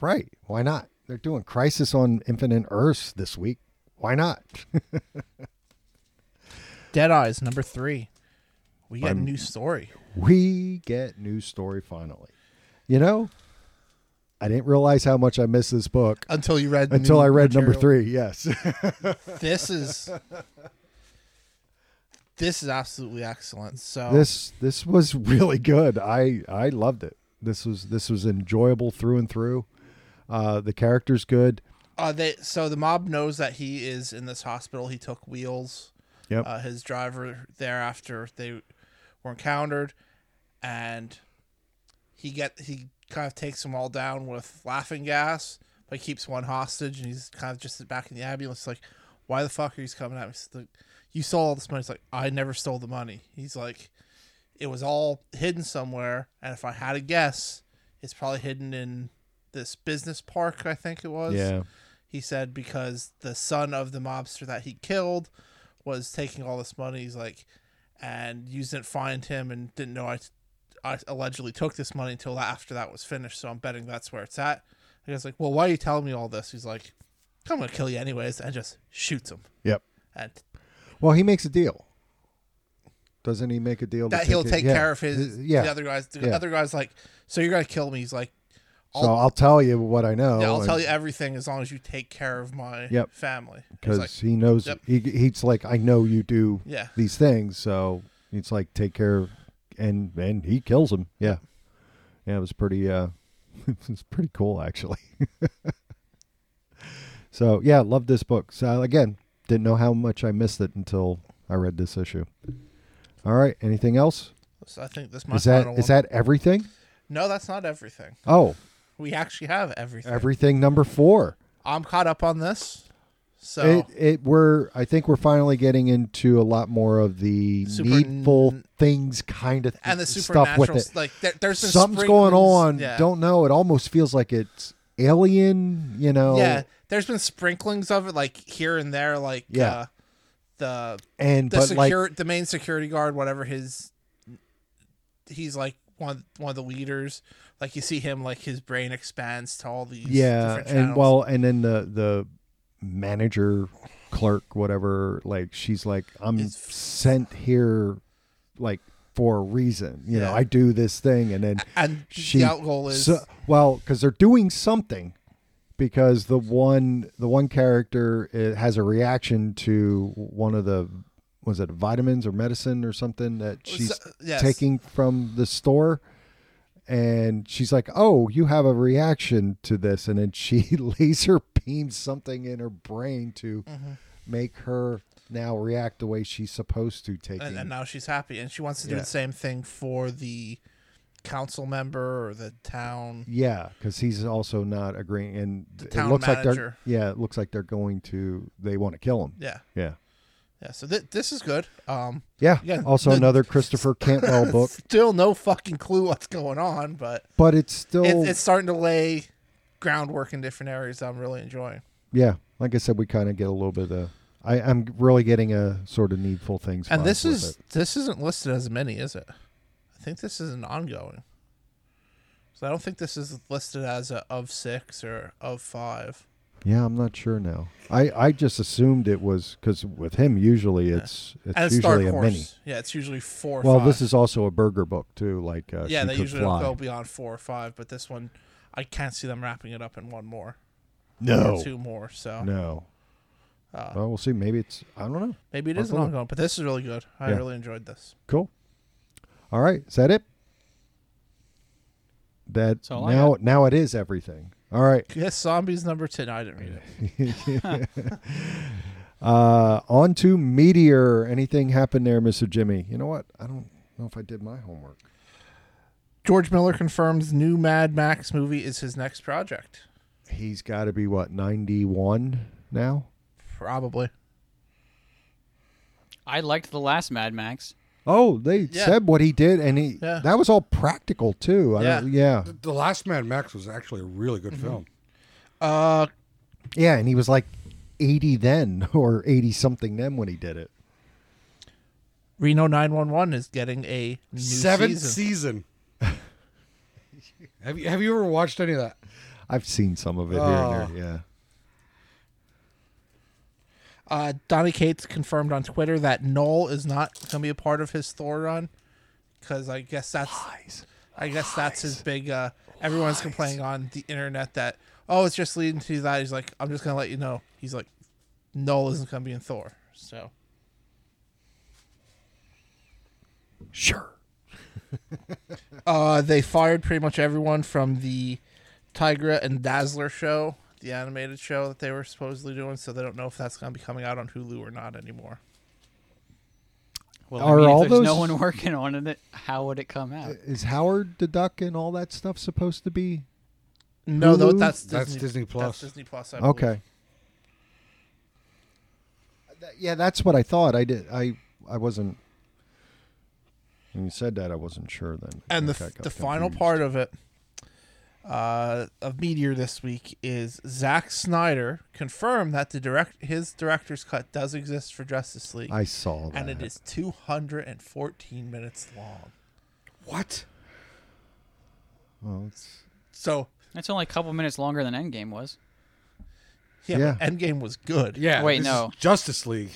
Speaker 2: Right. Why not? They're doing Crisis on Infinite Earths this week. Why not?
Speaker 1: Dead Eyes number three. We got a
Speaker 2: I'm-
Speaker 1: new story.
Speaker 2: we get new story finally. You know, I didn't realize how much I missed this book
Speaker 1: Until you read
Speaker 2: until
Speaker 1: new
Speaker 2: I read number
Speaker 1: material.
Speaker 2: three. Yes.
Speaker 1: This is this is absolutely excellent. So
Speaker 2: this this was really good. I I loved it. This was this was enjoyable through and through. Uh, the character's good.
Speaker 1: uh, they so the mob knows that he is in this hospital. He took wheels.
Speaker 2: Yep.
Speaker 1: Uh, his driver there after they were encountered, and he get he kind of takes them all down with laughing gas, but he keeps one hostage, and he's kind of just back in the ambulance, like, why the fuck are you coming at me? He's like, you stole all this money. He's like, I never stole the money. He's like, it was all hidden somewhere, and if I had a guess, it's probably hidden in this business park. I think it was
Speaker 2: yeah.
Speaker 1: he said because the son of the mobster that he killed was taking all this money he's like and you didn't find him and didn't know I, I allegedly took this money until after that was finished so i'm betting that's where it's at and i was like well why are you telling me all this he's like i'm gonna kill you anyways and just shoots him
Speaker 2: Yep.
Speaker 1: and
Speaker 2: Well, he makes a deal. Doesn't he make a deal to
Speaker 1: that he'll
Speaker 2: it-
Speaker 1: take
Speaker 2: yeah.
Speaker 1: care of his
Speaker 2: yeah?
Speaker 1: the other guys the
Speaker 2: Yeah.
Speaker 1: other guy's like so you're gonna kill me he's like
Speaker 2: so I'll tell you what I know.
Speaker 1: yeah, i'll
Speaker 2: and-
Speaker 1: tell you everything as long as you take care of my
Speaker 2: Yep.
Speaker 1: family He's
Speaker 2: because
Speaker 1: like,
Speaker 2: he knows
Speaker 1: Yep.
Speaker 2: he, he's like I know you do
Speaker 1: Yeah.
Speaker 2: these things, so it's like take care of, and and he kills him. Yeah, yeah, it was pretty uh, it was pretty cool actually. So yeah, love this book. So again, didn't know how much I missed it until I read this issue. All right, anything else?
Speaker 1: So I think this might
Speaker 2: is that
Speaker 1: final
Speaker 2: is
Speaker 1: one.
Speaker 2: that everything?
Speaker 1: No, that's not everything.
Speaker 2: Oh,
Speaker 1: We actually have everything.
Speaker 2: everything number four.
Speaker 1: I'm caught up on this. So
Speaker 2: It it we're I think we're finally getting into a lot more of the
Speaker 1: Super-
Speaker 2: needful things kind of
Speaker 1: and the
Speaker 2: stuff with
Speaker 1: supernatural
Speaker 2: it.
Speaker 1: like there, there's been
Speaker 2: Something's going on.
Speaker 1: sprinklings- yeah.
Speaker 2: Don't know. It almost feels like it's alien. You know.
Speaker 1: Yeah, there's been sprinklings of it like here and there like
Speaker 2: Yeah.
Speaker 1: uh, the
Speaker 2: And
Speaker 1: the
Speaker 2: but like
Speaker 1: secure the main security guard whatever his he's like one one of the leaders like you see him like his brain expands to all these
Speaker 2: yeah
Speaker 1: different
Speaker 2: and
Speaker 1: channels.
Speaker 2: well and then the the manager clerk whatever like she's like i'm
Speaker 1: It's-
Speaker 2: sent here like for a reason you know
Speaker 1: Yeah.
Speaker 2: i do this thing and then
Speaker 1: and
Speaker 2: she
Speaker 1: the out goal is
Speaker 2: so, well because they're doing something because the one the one character uh has a reaction to one of the was it vitamins or medicine or something that she's
Speaker 1: so- yes.
Speaker 2: taking from the store and she's like oh you have a reaction to this and then she laser beams something in her brain to
Speaker 1: Mm-hmm.
Speaker 2: make her now react the way she's supposed to take
Speaker 1: and, and now she's happy and she wants to do
Speaker 2: Yeah.
Speaker 1: the same thing for the council member or the town
Speaker 2: Yeah, because he's also not agreeing, and it
Speaker 1: town
Speaker 2: looks like they're
Speaker 1: manager.
Speaker 2: yeah, it looks like they're going to they want to kill him.
Speaker 1: yeah
Speaker 2: Yeah,
Speaker 1: yeah so th- this is good um
Speaker 2: yeah.
Speaker 1: Yeah,
Speaker 2: also,
Speaker 1: the-
Speaker 2: another Christopher Cantwell book,
Speaker 1: still no fucking clue what's going on but
Speaker 2: but it's still
Speaker 1: it, it's starting to lay groundwork in different areas that i'm really enjoying
Speaker 2: yeah. Like I said, we kind of get a little bit of. I, I'm really getting a sort of needful things.
Speaker 1: and
Speaker 2: vibe
Speaker 1: this
Speaker 2: with
Speaker 1: is
Speaker 2: it.
Speaker 1: this isn't listed as many is it i think this is an ongoing so i don't think this is listed as a of six or of five
Speaker 2: yeah. I'm not sure now. I I just assumed it was because with him usually it's it's
Speaker 1: and it's
Speaker 2: usually
Speaker 1: dark
Speaker 2: a
Speaker 1: horse
Speaker 2: mini.
Speaker 1: yeah it's usually four or
Speaker 2: Well,
Speaker 1: five.
Speaker 2: this is also a burger book too. Like uh,
Speaker 1: yeah
Speaker 2: she
Speaker 1: they
Speaker 2: could
Speaker 1: usually
Speaker 2: fly.
Speaker 1: don't go beyond four or five but this one i can't see them wrapping it up in one more or
Speaker 2: no,
Speaker 1: two more so
Speaker 2: no.
Speaker 1: Uh.
Speaker 2: well, we'll see. Maybe it's I don't know.
Speaker 1: maybe it is an
Speaker 2: Hopefully.
Speaker 1: ongoing but this is really good i
Speaker 2: Yeah.
Speaker 1: really enjoyed this
Speaker 2: Cool. All right, is that it? That
Speaker 5: all I
Speaker 2: now now it is everything. All right.
Speaker 1: yes zombies number 10 i didn't read it
Speaker 2: Uh on to Meteor. Anything happened there, Mr. Jimmy? You know what? I don't know if I did my homework.
Speaker 1: george miller confirms new mad max movie is his next project
Speaker 2: He's got to be what, 91 now?
Speaker 1: probably
Speaker 5: I liked the last Mad Max.
Speaker 2: Oh, they
Speaker 1: Yeah.
Speaker 2: said what he did and he
Speaker 1: Yeah.
Speaker 2: that was all practical too. I
Speaker 1: Yeah.
Speaker 2: don't yeah.
Speaker 3: The Last Mad Max was actually a really good film.
Speaker 1: uh
Speaker 2: Yeah, and he was like 80 then or 80 something then when he did it.
Speaker 1: Reno 911 is getting a new
Speaker 3: Seventh
Speaker 1: season.
Speaker 3: season. have you have you ever watched any of that?
Speaker 2: I've seen some of it here
Speaker 3: Oh.
Speaker 2: and there. Yeah.
Speaker 1: uh, Donny Cates confirmed on Twitter that Noel is not going to be a part of his Thor run because I guess that's I guess that's his big. Uh, everyone's complaining on the internet that oh it's just leading to that. He's like I'm just going to let you know. He's like Noel isn't going to be in Thor. So
Speaker 2: Sure.
Speaker 1: uh, they fired pretty much everyone from the Tigra and Dazzler show, the animated show that they were supposedly doing. So they don't know if that's going to be coming out on Hulu or not anymore.
Speaker 5: Well,
Speaker 2: Are
Speaker 5: I mean,
Speaker 2: all
Speaker 5: if there's no
Speaker 2: those-
Speaker 5: one working on it, how would it come out?
Speaker 2: Is Howard the Duck and all that stuff supposed to be?
Speaker 1: No, though
Speaker 2: Hulu?
Speaker 1: that's Disney,
Speaker 3: That's Disney Plus.
Speaker 1: That's Disney Plus. I believe.
Speaker 2: Okay. Th- Yeah, that's what I thought. I did. I I wasn't. When you said that, I wasn't sure then.
Speaker 1: And the
Speaker 2: Okay, I got
Speaker 1: the final
Speaker 2: confused.
Speaker 1: part of it uh, of Meteor this week is Zack Snyder confirmed that the direct his director's cut does exist for Justice League,
Speaker 2: I saw that.
Speaker 1: and it is 214 minutes long.
Speaker 3: What?
Speaker 2: Well, it's-
Speaker 1: So
Speaker 5: That's only a couple minutes longer than Endgame was.
Speaker 1: yeah,
Speaker 2: Yeah.
Speaker 1: but Endgame was good.
Speaker 3: Yeah.
Speaker 5: Wait,
Speaker 3: this is
Speaker 5: no.
Speaker 3: Justice League.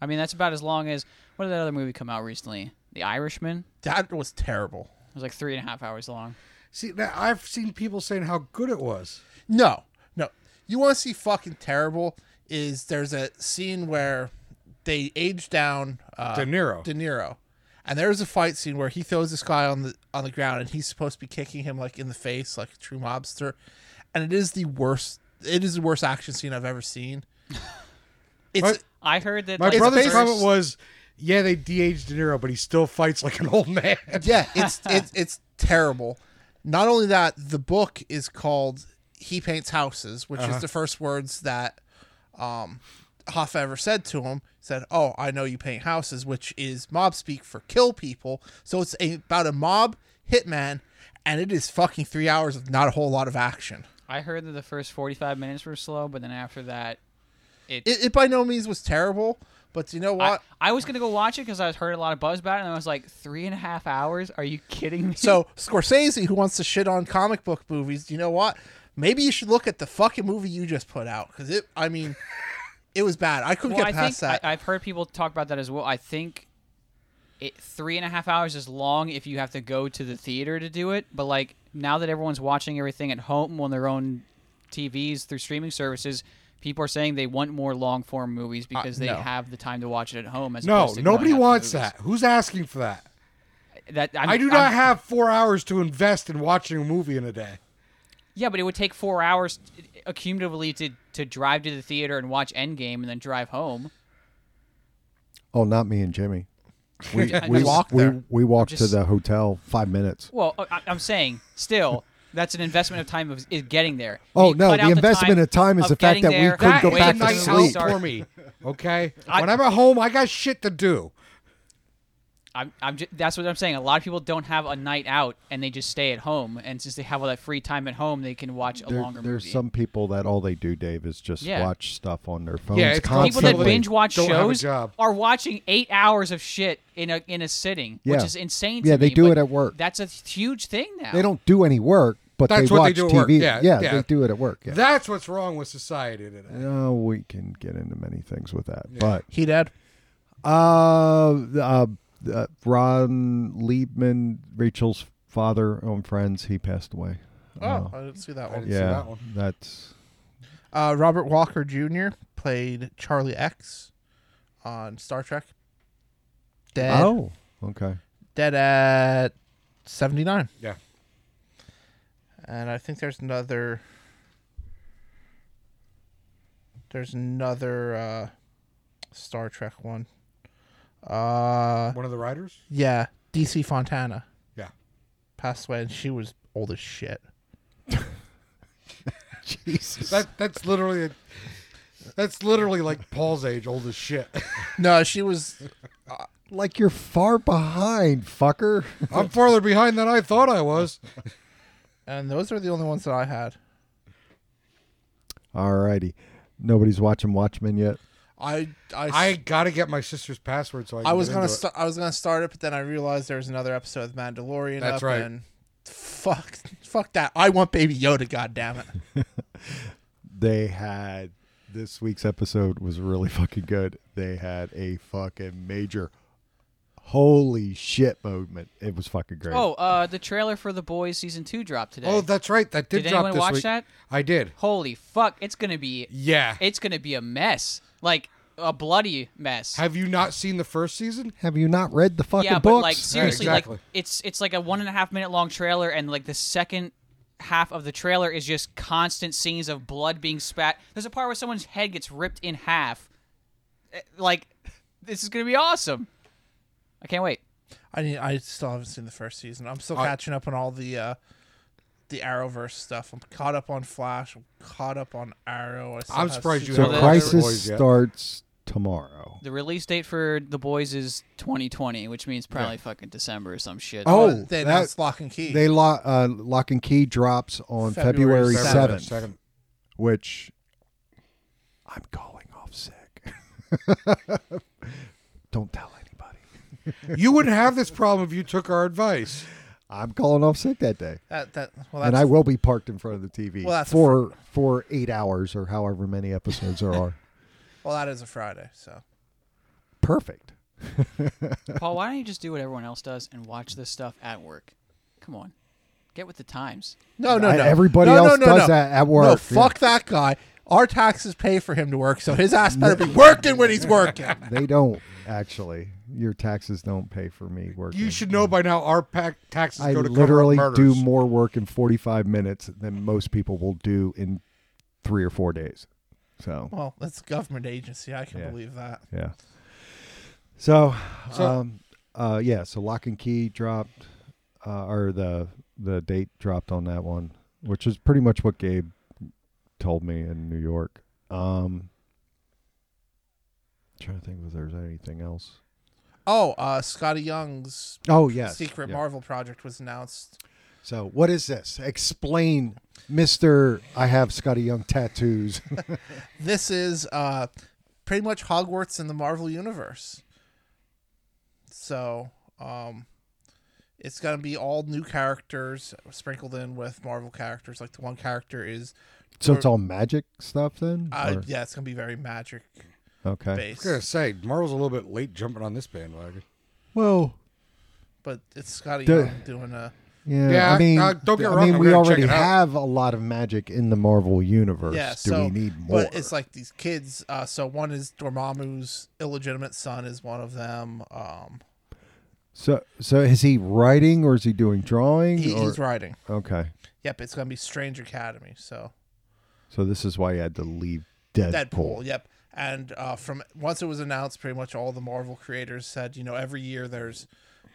Speaker 5: I mean, that's about as long as what did that other movie come out recently? The Irishman.
Speaker 1: That was terrible.
Speaker 5: It was like three and a half hours long.
Speaker 3: See, now, I've seen people saying how good it was.
Speaker 1: No, no. You want to see fucking terrible? Is there's a scene where they age down uh,
Speaker 3: De Niro.
Speaker 1: De Niro, and there's a fight scene where he throws this guy on the on the ground, and he's supposed to be kicking him like in the face, like a true mobster, and it is the worst it is the worst action scene I've ever seen. It's
Speaker 3: What?
Speaker 5: I heard that
Speaker 3: My
Speaker 5: like, the
Speaker 3: brother's
Speaker 5: first-
Speaker 3: comment was, "Yeah, they de-aged De Niro, but he still fights like an old man."
Speaker 1: yeah, it's it's it's terrible. Not only that, the book is called "He Paints Houses," which is the first words that um, Hoffa ever said to him. He Said, "Oh, I know you paint houses," which is mob speak for kill people. So it's a, about a mob hitman, and it is fucking three hours of not a whole lot of action.
Speaker 5: I heard that the first 45 minutes were slow, but then after that, it.
Speaker 1: It, it by no means was terrible, but you know
Speaker 5: I,
Speaker 2: Uh,
Speaker 1: what?
Speaker 5: I was gonna go watch it because I heard a lot of buzz about it, and I was like, three and a half hours? Are you kidding me?
Speaker 1: So Scorsese, who wants to shit on comic book movies, you know what? Maybe you should look at the fucking movie you just put out because it. I mean, it was bad. I couldn't
Speaker 5: well,
Speaker 1: get
Speaker 5: I
Speaker 1: past
Speaker 5: think
Speaker 1: that.
Speaker 5: I, I've heard people talk about that as well. I think it three and a half hours is long if you have to go to the theater to do it. But like now that everyone's watching everything at home on their own TVs through streaming services, people are saying they want more long form movies because they
Speaker 1: no.
Speaker 5: have the time to watch it at home.
Speaker 3: Uh,
Speaker 5: As
Speaker 3: no,
Speaker 5: opposed to
Speaker 3: nobody
Speaker 5: going out to
Speaker 3: wants
Speaker 5: movies.
Speaker 3: that. Who's asking for that?
Speaker 5: That I'm,
Speaker 3: I do not
Speaker 5: I'm-
Speaker 3: have four hours to invest in watching a movie in a day.
Speaker 5: Yeah, but it would take four hours t- accumulatively to to drive to the theater and watch Endgame and then drive home.
Speaker 2: Oh, not me and Jimmy. We,
Speaker 5: I
Speaker 2: we
Speaker 5: just-
Speaker 1: walked
Speaker 2: We,
Speaker 1: there.
Speaker 2: we walked
Speaker 5: Just-
Speaker 2: to the hotel five minutes.
Speaker 5: Well, uh, I, I'm saying still. That's an investment of time of is getting there.
Speaker 2: Oh,
Speaker 5: You
Speaker 2: no,
Speaker 5: cut
Speaker 2: the
Speaker 5: out
Speaker 2: investment of time is the fact
Speaker 5: getting
Speaker 2: that we
Speaker 5: there,
Speaker 2: couldn't go back
Speaker 3: a
Speaker 5: waiting
Speaker 2: to
Speaker 5: until
Speaker 3: night
Speaker 5: the
Speaker 2: sleep.
Speaker 5: house
Speaker 3: out
Speaker 5: starts.
Speaker 3: for me. Okay,
Speaker 5: I-
Speaker 3: when I'm at home, I got shit to do.
Speaker 5: I'm, I'm ju- that's what I'm saying. A lot of people don't have a night out and they just stay at home. And since they have all that free time at home, they can watch a
Speaker 2: There-
Speaker 5: longer
Speaker 2: there's
Speaker 5: movie.
Speaker 2: some people that all they do, Dave, is just
Speaker 5: Yeah.
Speaker 2: watch stuff on their phones
Speaker 3: it's called
Speaker 5: people that
Speaker 2: constantly.
Speaker 5: binge watch
Speaker 3: Don't have a
Speaker 5: shows
Speaker 3: job.
Speaker 5: are watching eight hours of shit in a in a sitting, which
Speaker 2: Yeah.
Speaker 5: is insane.
Speaker 2: Yeah,
Speaker 5: to
Speaker 2: they
Speaker 5: me,
Speaker 2: do
Speaker 5: but
Speaker 2: it at work.
Speaker 5: That's a huge thing now.
Speaker 2: they don't do any work, but
Speaker 3: That's
Speaker 2: they
Speaker 3: what they
Speaker 2: watch
Speaker 3: do at
Speaker 2: TV.
Speaker 3: work. Yeah, yeah.
Speaker 2: they do it at work. Yeah.
Speaker 3: That's what's wrong with society today.
Speaker 2: No, Uh, we can get into many things with that, but
Speaker 1: he dead.
Speaker 2: Uh, uh, uh, Ron Liebman, Rachel's father on Friends, he passed away.
Speaker 1: Oh,
Speaker 2: Uh,
Speaker 1: I didn't see that
Speaker 3: I
Speaker 1: one.
Speaker 3: didn't see
Speaker 2: yeah,
Speaker 3: that one.
Speaker 2: that's
Speaker 1: Uh, Robert Walker Jr. played Charlie X on Star Trek. Dead.
Speaker 2: oh, okay.
Speaker 1: Dead at seventy nine.
Speaker 3: Yeah.
Speaker 1: And I think there's another. There's another uh, Star Trek one. Uh,
Speaker 3: One of the writers.
Speaker 1: Yeah, DC Fontana
Speaker 3: Yeah.
Speaker 1: passed away, and she was old as shit.
Speaker 2: Jesus,
Speaker 3: That that's literally that's literally like Paul's age, old as shit.
Speaker 1: No, she was.
Speaker 2: like you're far behind, fucker.
Speaker 3: I'm farther behind than I thought I was.
Speaker 1: And those are the only ones that I had.
Speaker 2: Alrighty, nobody's watching Watchmen yet.
Speaker 1: I I
Speaker 3: I gotta get my sister's password so I. Can
Speaker 1: I was
Speaker 3: get
Speaker 1: gonna
Speaker 3: into it.
Speaker 1: st- I was gonna start it, but then I realized there was another episode of Mandalorian. up,
Speaker 3: That's right.
Speaker 1: And fuck, fuck that. I want Baby Yoda. God damn it.
Speaker 2: They had this week's episode was really fucking good. They had a fucking major, holy shit moment. It was fucking great.
Speaker 5: Oh, uh, the trailer for The Boys season two dropped today.
Speaker 3: Oh, that's right. That did,
Speaker 5: Did
Speaker 3: drop
Speaker 5: anyone
Speaker 3: this
Speaker 5: watch
Speaker 3: week.
Speaker 5: that?
Speaker 3: I did.
Speaker 5: Holy fuck! It's gonna be
Speaker 3: Yeah.
Speaker 5: it's gonna be a mess, like a bloody mess.
Speaker 3: Have you not seen the first season?
Speaker 2: Have you not read the fucking
Speaker 5: yeah,
Speaker 2: books?
Speaker 5: but like seriously,
Speaker 3: exactly.
Speaker 5: like it's it's like a one and a half minute long trailer, and like the second half of the trailer is just constant scenes of blood being spat. There's a part where someone's head gets ripped in half. Eh, Like, this is gonna be awesome. I can't wait.
Speaker 1: I need, I still haven't seen the first season. I'm still catching up on all the uh, the Arrowverse stuff. I'm caught up on Flash. I'm caught up on Arrow. I still
Speaker 3: I'm
Speaker 1: have
Speaker 3: surprised you
Speaker 1: Super-
Speaker 5: Well,
Speaker 2: So
Speaker 5: the-
Speaker 2: Crisis
Speaker 3: boys, yeah.
Speaker 2: starts tomorrow.
Speaker 5: The release date for The Boys is 2020, which means probably fucking December or some shit.
Speaker 2: Oh,
Speaker 1: They
Speaker 2: that-
Speaker 1: announced Lock and Key.
Speaker 2: They lo- uh, lock and key drops on
Speaker 1: February
Speaker 2: February
Speaker 1: Seven.
Speaker 2: seventh,
Speaker 3: Second.
Speaker 2: which I'm calling off sick. Don't tell anybody.
Speaker 3: You wouldn't have this problem if you took our advice.
Speaker 2: I'm calling off sick that day,
Speaker 1: that that well
Speaker 2: and
Speaker 1: that's
Speaker 2: I will be parked in front of the TV
Speaker 1: Well, that's a
Speaker 2: for for eight hours or however many episodes there are.
Speaker 1: well that is a Friday. So
Speaker 2: Perfect.
Speaker 5: Paul, why don't you just do what everyone else does and watch this stuff at work? Come on, get with the times.
Speaker 1: No, Oh, no,
Speaker 2: I-
Speaker 1: no.
Speaker 2: everybody
Speaker 1: no,
Speaker 2: else
Speaker 1: no, no,
Speaker 2: does
Speaker 1: no.
Speaker 2: that at
Speaker 1: No,
Speaker 2: work,
Speaker 1: fuck that guy. Our taxes pay for him to work, so his ass better be working when he's working.
Speaker 2: They don't actually. Your taxes don't pay for me working.
Speaker 3: You should know by now our pack taxes
Speaker 2: I
Speaker 3: go to
Speaker 2: literally
Speaker 3: cover up
Speaker 2: do
Speaker 3: murders.
Speaker 2: more work in 45 minutes than most people will do in three or four days. So
Speaker 1: Well, that's a government agency. I can
Speaker 2: Yeah.
Speaker 1: believe that.
Speaker 2: yeah. So,
Speaker 3: So-
Speaker 2: um, uh, yeah. So lock and key dropped, uh, or the the date dropped on that one, which is pretty much what Gabe told me in New York. Um, trying to think if there's anything else.
Speaker 1: Oh, uh, Scotty Young's
Speaker 2: Oh yes,
Speaker 1: Secret
Speaker 2: yeah.
Speaker 1: Marvel project was announced.
Speaker 2: So what is this? Explain, Mister. I have Scotty Young tattoos.
Speaker 1: This is uh, pretty much Hogwarts in the Marvel universe. So, um, it's gonna be all new characters sprinkled in with Marvel characters. Like the one character is,
Speaker 2: so it's all magic stuff then.
Speaker 1: uh,
Speaker 2: Or-
Speaker 1: yeah, it's gonna be very magic
Speaker 2: okay.
Speaker 1: based,
Speaker 3: I was gonna say Marvel's a little bit late jumping on this bandwagon.
Speaker 2: Well,
Speaker 1: but it's Scotty
Speaker 2: The-
Speaker 1: Young doing a
Speaker 2: Yeah,
Speaker 3: Yeah,
Speaker 2: I mean,
Speaker 3: uh, don't get me
Speaker 2: I
Speaker 3: wrong,
Speaker 2: mean,
Speaker 3: I'm
Speaker 2: we
Speaker 3: gonna check
Speaker 2: already
Speaker 3: it out.
Speaker 2: have a lot of magic in the Marvel universe.
Speaker 1: yeah.
Speaker 2: Do
Speaker 1: so,
Speaker 2: we need more?
Speaker 1: but it's like these kids. Uh, so one is Dormammu's illegitimate son is one of them. Um,
Speaker 2: so, so is he writing or is he doing drawing?
Speaker 1: he,
Speaker 2: or-
Speaker 1: he's writing.
Speaker 2: okay,
Speaker 1: Yep, it's gonna be Strange Academy. So
Speaker 2: so this is why he had to leave Deadpool.
Speaker 1: Deadpool. Yep, and uh, from once it was announced, pretty much all the Marvel creators said, you know, every year there's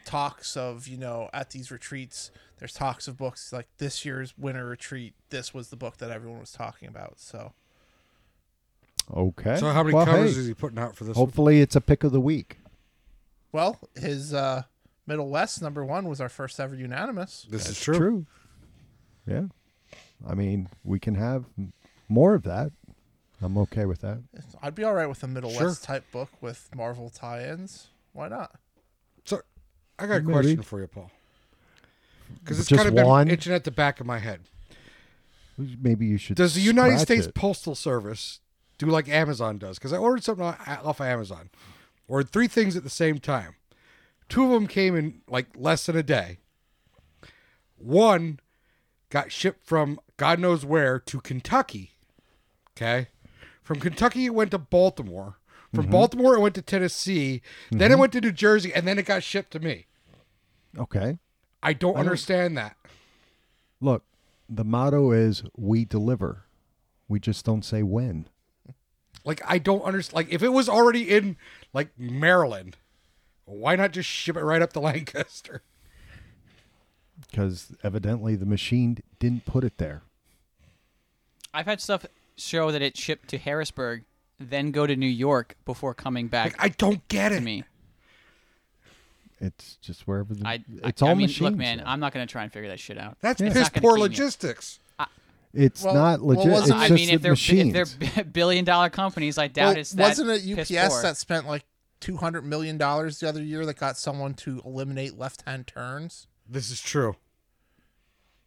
Speaker 1: talks of, you know, at these retreats, there's talks of books like this year's winter retreat. This was the book that everyone was talking about. So
Speaker 2: Okay.
Speaker 3: So how many
Speaker 2: Well,
Speaker 3: covers
Speaker 2: hey,
Speaker 3: is he putting out for this? one?
Speaker 2: Hopefully, it's a pick of the week.
Speaker 1: well, his uh, Middle West number one was our first ever unanimous.
Speaker 3: This is true.
Speaker 2: True. Yeah. I mean, we can have m- more of that. I'm okay with that.
Speaker 1: I'd be all right with a Middle
Speaker 3: Sure.
Speaker 1: West type book with Marvel tie-ins. Why not?
Speaker 3: So I got a
Speaker 2: Maybe.
Speaker 3: question for you, Paul. Because it's
Speaker 2: Just
Speaker 3: kind of been
Speaker 2: one?
Speaker 3: itching at the back of my head.
Speaker 2: Maybe you should.
Speaker 3: Does the United
Speaker 2: scratch
Speaker 3: States
Speaker 2: it.
Speaker 3: Postal Service do like Amazon does? Because I ordered something o- off of Amazon, ordered three things at the same time. Two of them came in like less than a day. One got shipped from God knows where to Kentucky. Okay. From Kentucky, it went to Baltimore. From Baltimore, it went to Tennessee. Then it went to New Jersey, and then it got shipped to me.
Speaker 2: Okay.
Speaker 3: I don't understand that.
Speaker 2: Look, the motto is we deliver. We just don't say when.
Speaker 3: Like I don't understand. Like if it was already in like Maryland, why not just ship it right up to Lancaster?
Speaker 2: because evidently the machine d- didn't put it there.
Speaker 5: I've had stuff show that it shipped to Harrisburg, then go to New York before coming back
Speaker 3: Like I don't get
Speaker 5: to
Speaker 3: it.
Speaker 5: me.
Speaker 2: It's just wherever the.
Speaker 5: I,
Speaker 2: it's
Speaker 5: I,
Speaker 2: all
Speaker 5: I mean,
Speaker 2: machines.
Speaker 5: look, man,
Speaker 2: now.
Speaker 5: I'm not gonna try and figure that shit out.
Speaker 3: That's
Speaker 5: It's
Speaker 3: piss
Speaker 5: not gonna
Speaker 3: poor
Speaker 5: keep me up.
Speaker 3: logistics.
Speaker 2: it's
Speaker 1: Well,
Speaker 2: not
Speaker 1: well,
Speaker 2: legit. it's
Speaker 1: wasn't-
Speaker 2: just
Speaker 5: I mean,
Speaker 2: the
Speaker 5: if they're
Speaker 2: machines.
Speaker 5: if they're b- billion dollar companies, I doubt
Speaker 1: Well,
Speaker 5: it's that.
Speaker 1: wasn't it
Speaker 5: piss
Speaker 1: UPS
Speaker 5: poor.
Speaker 1: that spent like two hundred million dollars the other year that got someone to eliminate left-hand turns,
Speaker 3: This is true.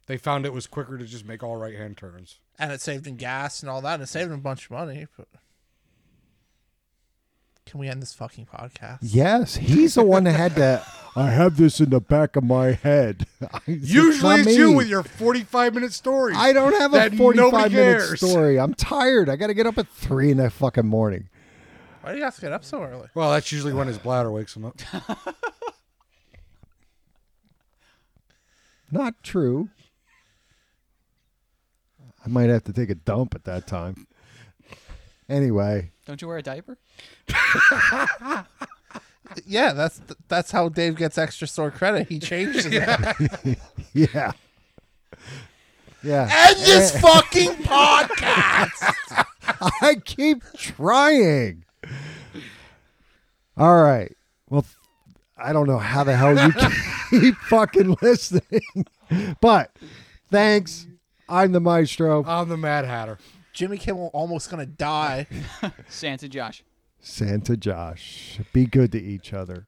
Speaker 3: They found it was quicker to just make all right hand turns.
Speaker 1: and it saved in gas and all that, and it saved them a bunch of money. But can we end this fucking podcast?
Speaker 2: yes, he's the one that had to. I have this in the back of my head. It's
Speaker 3: Usually
Speaker 2: not
Speaker 3: it's
Speaker 2: me.
Speaker 3: you with your forty-five minute stories.
Speaker 2: I don't have a
Speaker 3: that nobody
Speaker 2: 45 minute
Speaker 3: cares.
Speaker 2: story. I'm tired. I got to get up at three in the fucking morning.
Speaker 1: Why do you have to get up so early?
Speaker 3: Well, that's usually when his bladder wakes him up.
Speaker 2: Not true. I might have to take a dump at that time. Anyway,
Speaker 5: Don't you wear a diaper?
Speaker 1: Yeah, that's that's how Dave gets extra store credit. He changed it.
Speaker 2: yeah, yeah.
Speaker 1: End this fucking podcast.
Speaker 2: I keep trying. All right. Well, th- I don't know how the hell you keep fucking listening, but thanks. I'm the maestro,
Speaker 3: I'm the Mad Hatter.
Speaker 1: Jimmy Kimmel almost gonna die.
Speaker 5: Santa Josh.
Speaker 2: Santa Josh. Be good to each other.